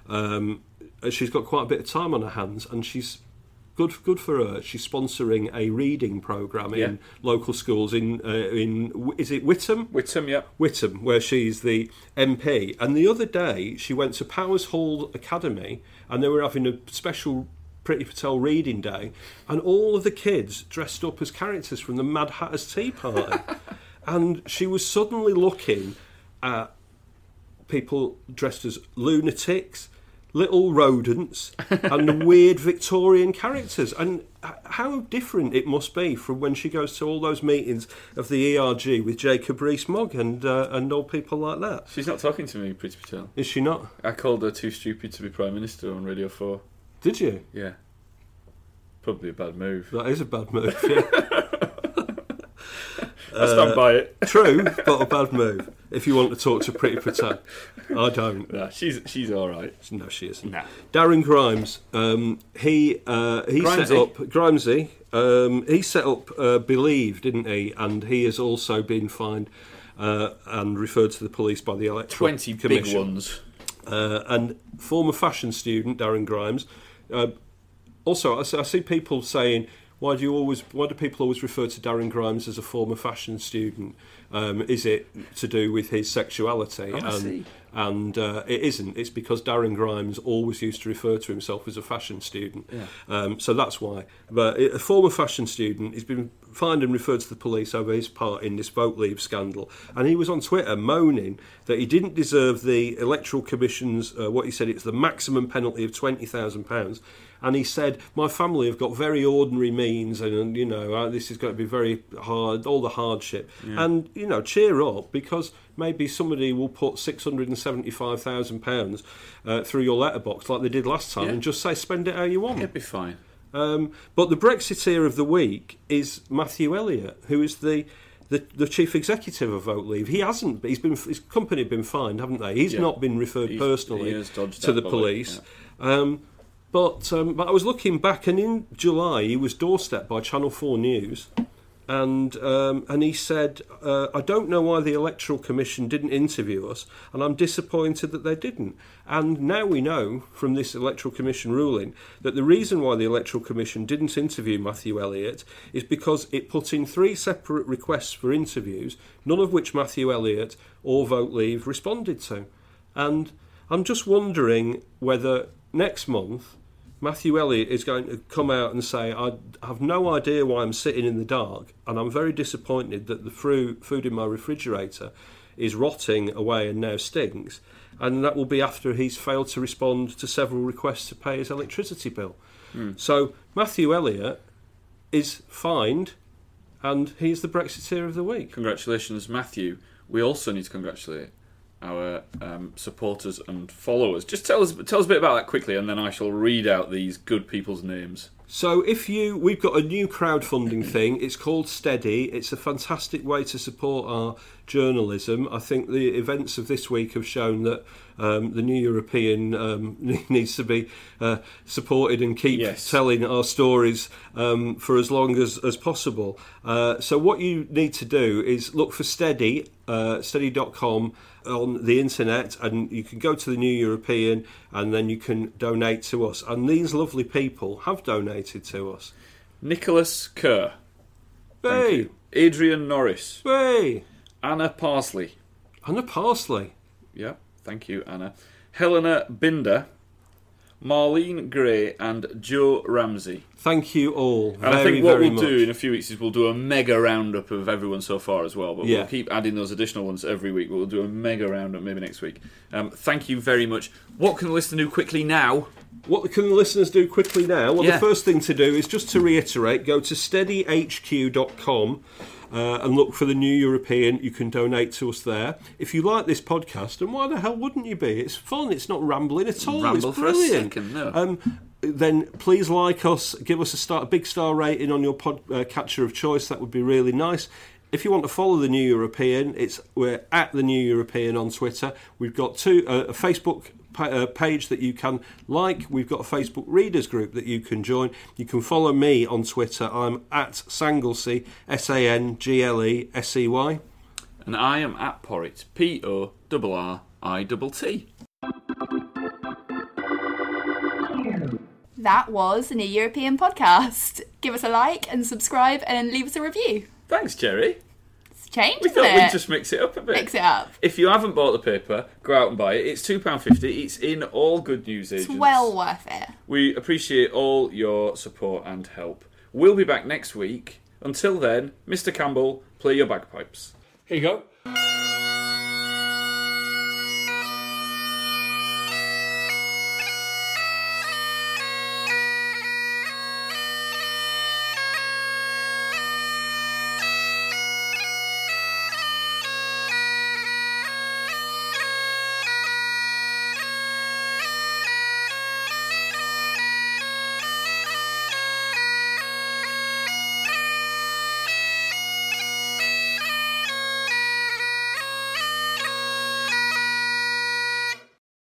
Speaker 2: Um, she's got quite a bit of time on her hands, and she's good good for her. She's sponsoring a reading program in local schools in uh, in is it Whittam?
Speaker 1: Whittam, yeah.
Speaker 2: Whittam, where she's the MP. And the other day, she went to Powers Hall Academy and they were having a special Pretty Patel reading day, and all of the kids dressed up as characters from the Mad Hatter's Tea Party. and she was suddenly looking at people dressed as lunatics, little rodents, and the weird Victorian characters. And h- how different it must be from when she goes to all those meetings of the ERG with Jacob Rees-Mogg and uh, and old people like that.
Speaker 1: She's not talking to me, Pretty Patel.
Speaker 2: Is she not?
Speaker 1: I called her too stupid to be Prime Minister on Radio 4.
Speaker 2: Did you?
Speaker 1: Yeah. Probably a bad move.
Speaker 2: That is a bad move. Yeah.
Speaker 1: I stand by it.
Speaker 2: True, but a bad move. If you want to talk to Pretty Patel, I don't.
Speaker 1: Nah, she's she's all right.
Speaker 2: No, she isn't.
Speaker 1: Nah.
Speaker 2: Darren Grimes. Um, he uh, he set
Speaker 1: Grimesy.
Speaker 2: up Grimesy. Um, he set up uh, Believe, didn't he? And he has also been fined uh, and referred to the police by the Electoral
Speaker 1: Twenty
Speaker 2: Commission.
Speaker 1: big ones.
Speaker 2: Uh, and former fashion student Darren Grimes. Uh, also, I, s- I see people saying, "Why do you always? Why do people always refer to Darren Grimes as a former fashion student? Um, is it to do with his sexuality?"
Speaker 1: Oh, I
Speaker 2: and
Speaker 1: see.
Speaker 2: and uh, it isn't. It's because Darren Grimes always used to refer to himself as a fashion student. Um, so that's why. But a former fashion student, he's been fined and referred to the police over his part in this vote leave scandal. And he was on Twitter moaning that he didn't deserve the Electoral Commission's, uh, what he said, it's the maximum penalty of £20,000. And he said, My family have got very ordinary means, and, and you know, uh, this is going to be very hard, all the hardship. And, you know, cheer up because maybe somebody will put £675,000 uh, through your letterbox like they did last time
Speaker 1: Yeah.
Speaker 2: and just say, spend it how you want.
Speaker 1: It'd be fine.
Speaker 2: Um, but the Brexiteer of the week is Matthew Elliott, who is the, the, the chief executive of Vote Leave. He hasn't. He's been his company have been fined, haven't they? He's
Speaker 1: Yeah.
Speaker 2: not been referred
Speaker 1: He's-
Speaker 2: personally
Speaker 1: he has dodged
Speaker 2: to
Speaker 1: that
Speaker 2: the
Speaker 1: bullet,
Speaker 2: police. Um, but um, but I was looking back, and in July he was doorstepped by Channel Four News. And um, and he said, uh, I don't know why the Electoral Commission didn't interview us, and I'm disappointed that they didn't. And now we know from this Electoral Commission ruling that the reason why the Electoral Commission didn't interview Matthew Elliott is because it put in three separate requests for interviews, none of which Matthew Elliott or Vote Leave responded to. And I'm just wondering whether next month Matthew Elliott is going to come out and say, I have no idea why I'm sitting in the dark, and I'm very disappointed that the fru- food in my refrigerator is rotting away and now stinks. And that will be after he's failed to respond to several requests to pay his electricity bill. So Matthew Elliott is fined, and he's the Brexiteer of the week.
Speaker 1: Congratulations, Matthew. We also need to congratulate our um, supporters and followers. Just tell us tell us a bit about that quickly, and then I shall read out these good people's names.
Speaker 2: So if you we've got a new crowdfunding thing, it's called Steady. It's a fantastic way to support our journalism. I think the events of this week have shown that um, the new European um, needs to be uh, supported and keep
Speaker 1: Yes.
Speaker 2: telling our stories um, for as long as, as possible. Uh, so what you need to do is look for Steady, uh, steady.com on the internet and you can go to the New European and then you can donate to us. And these lovely people have donated to us.
Speaker 1: Nicholas Kerr,
Speaker 2: Hey,
Speaker 1: Adrian Norris,
Speaker 2: hey,
Speaker 1: Anna Parsley.
Speaker 2: Anna Parsley,
Speaker 1: Yeah, thank you, Anna. Helena Binder, Marlene Gray, and Joe Ramsey.
Speaker 2: thank you all
Speaker 1: And
Speaker 2: very,
Speaker 1: I think what
Speaker 2: very
Speaker 1: we'll
Speaker 2: much.
Speaker 1: do in a few weeks is we'll do a mega roundup of everyone so far as well. But
Speaker 2: Yeah.
Speaker 1: we'll keep adding those additional ones every week. We'll do a mega roundup maybe next week. Um, thank you very much. What can the listener do quickly now?
Speaker 2: What can the listeners do quickly now? Well,
Speaker 1: Yeah.
Speaker 2: the first thing to do is just to reiterate go to steadyhq.com uh, and look for the New European. You can donate to us there. If you like this podcast, and why the hell wouldn't you be? It's fun, it's not rambling at all.
Speaker 1: Ramble
Speaker 2: it's
Speaker 1: for a
Speaker 2: brilliant.
Speaker 1: second, no.
Speaker 2: Um, then please like us, give us a, star, a big star rating on your pod, uh, catcher of choice. That would be really nice. If you want to follow the New European, it's we're at the New European on Twitter. We've got two uh, a Facebook pa- uh, page that you can like. We've got a Facebook readers group that you can join. You can follow me on Twitter. I'm at Sanglesey S A N G L E S E Y.
Speaker 1: And I am at Porritt, P O R R I T T.
Speaker 4: That was an European podcast. Give us a like and subscribe and leave us a review.
Speaker 1: Thanks, Jerry.
Speaker 4: It's changed,
Speaker 1: We
Speaker 4: isn't
Speaker 1: thought
Speaker 4: it?
Speaker 1: we'd just mix it up a bit.
Speaker 4: Mix it up.
Speaker 1: If you haven't bought the paper, go out and buy it. It's £2.50. It's in all good news
Speaker 4: It's
Speaker 1: agents.
Speaker 4: well worth it.
Speaker 1: We appreciate all your support and help. We'll be back next week. Until then, Mr. Campbell, play your bagpipes.
Speaker 2: Here you go.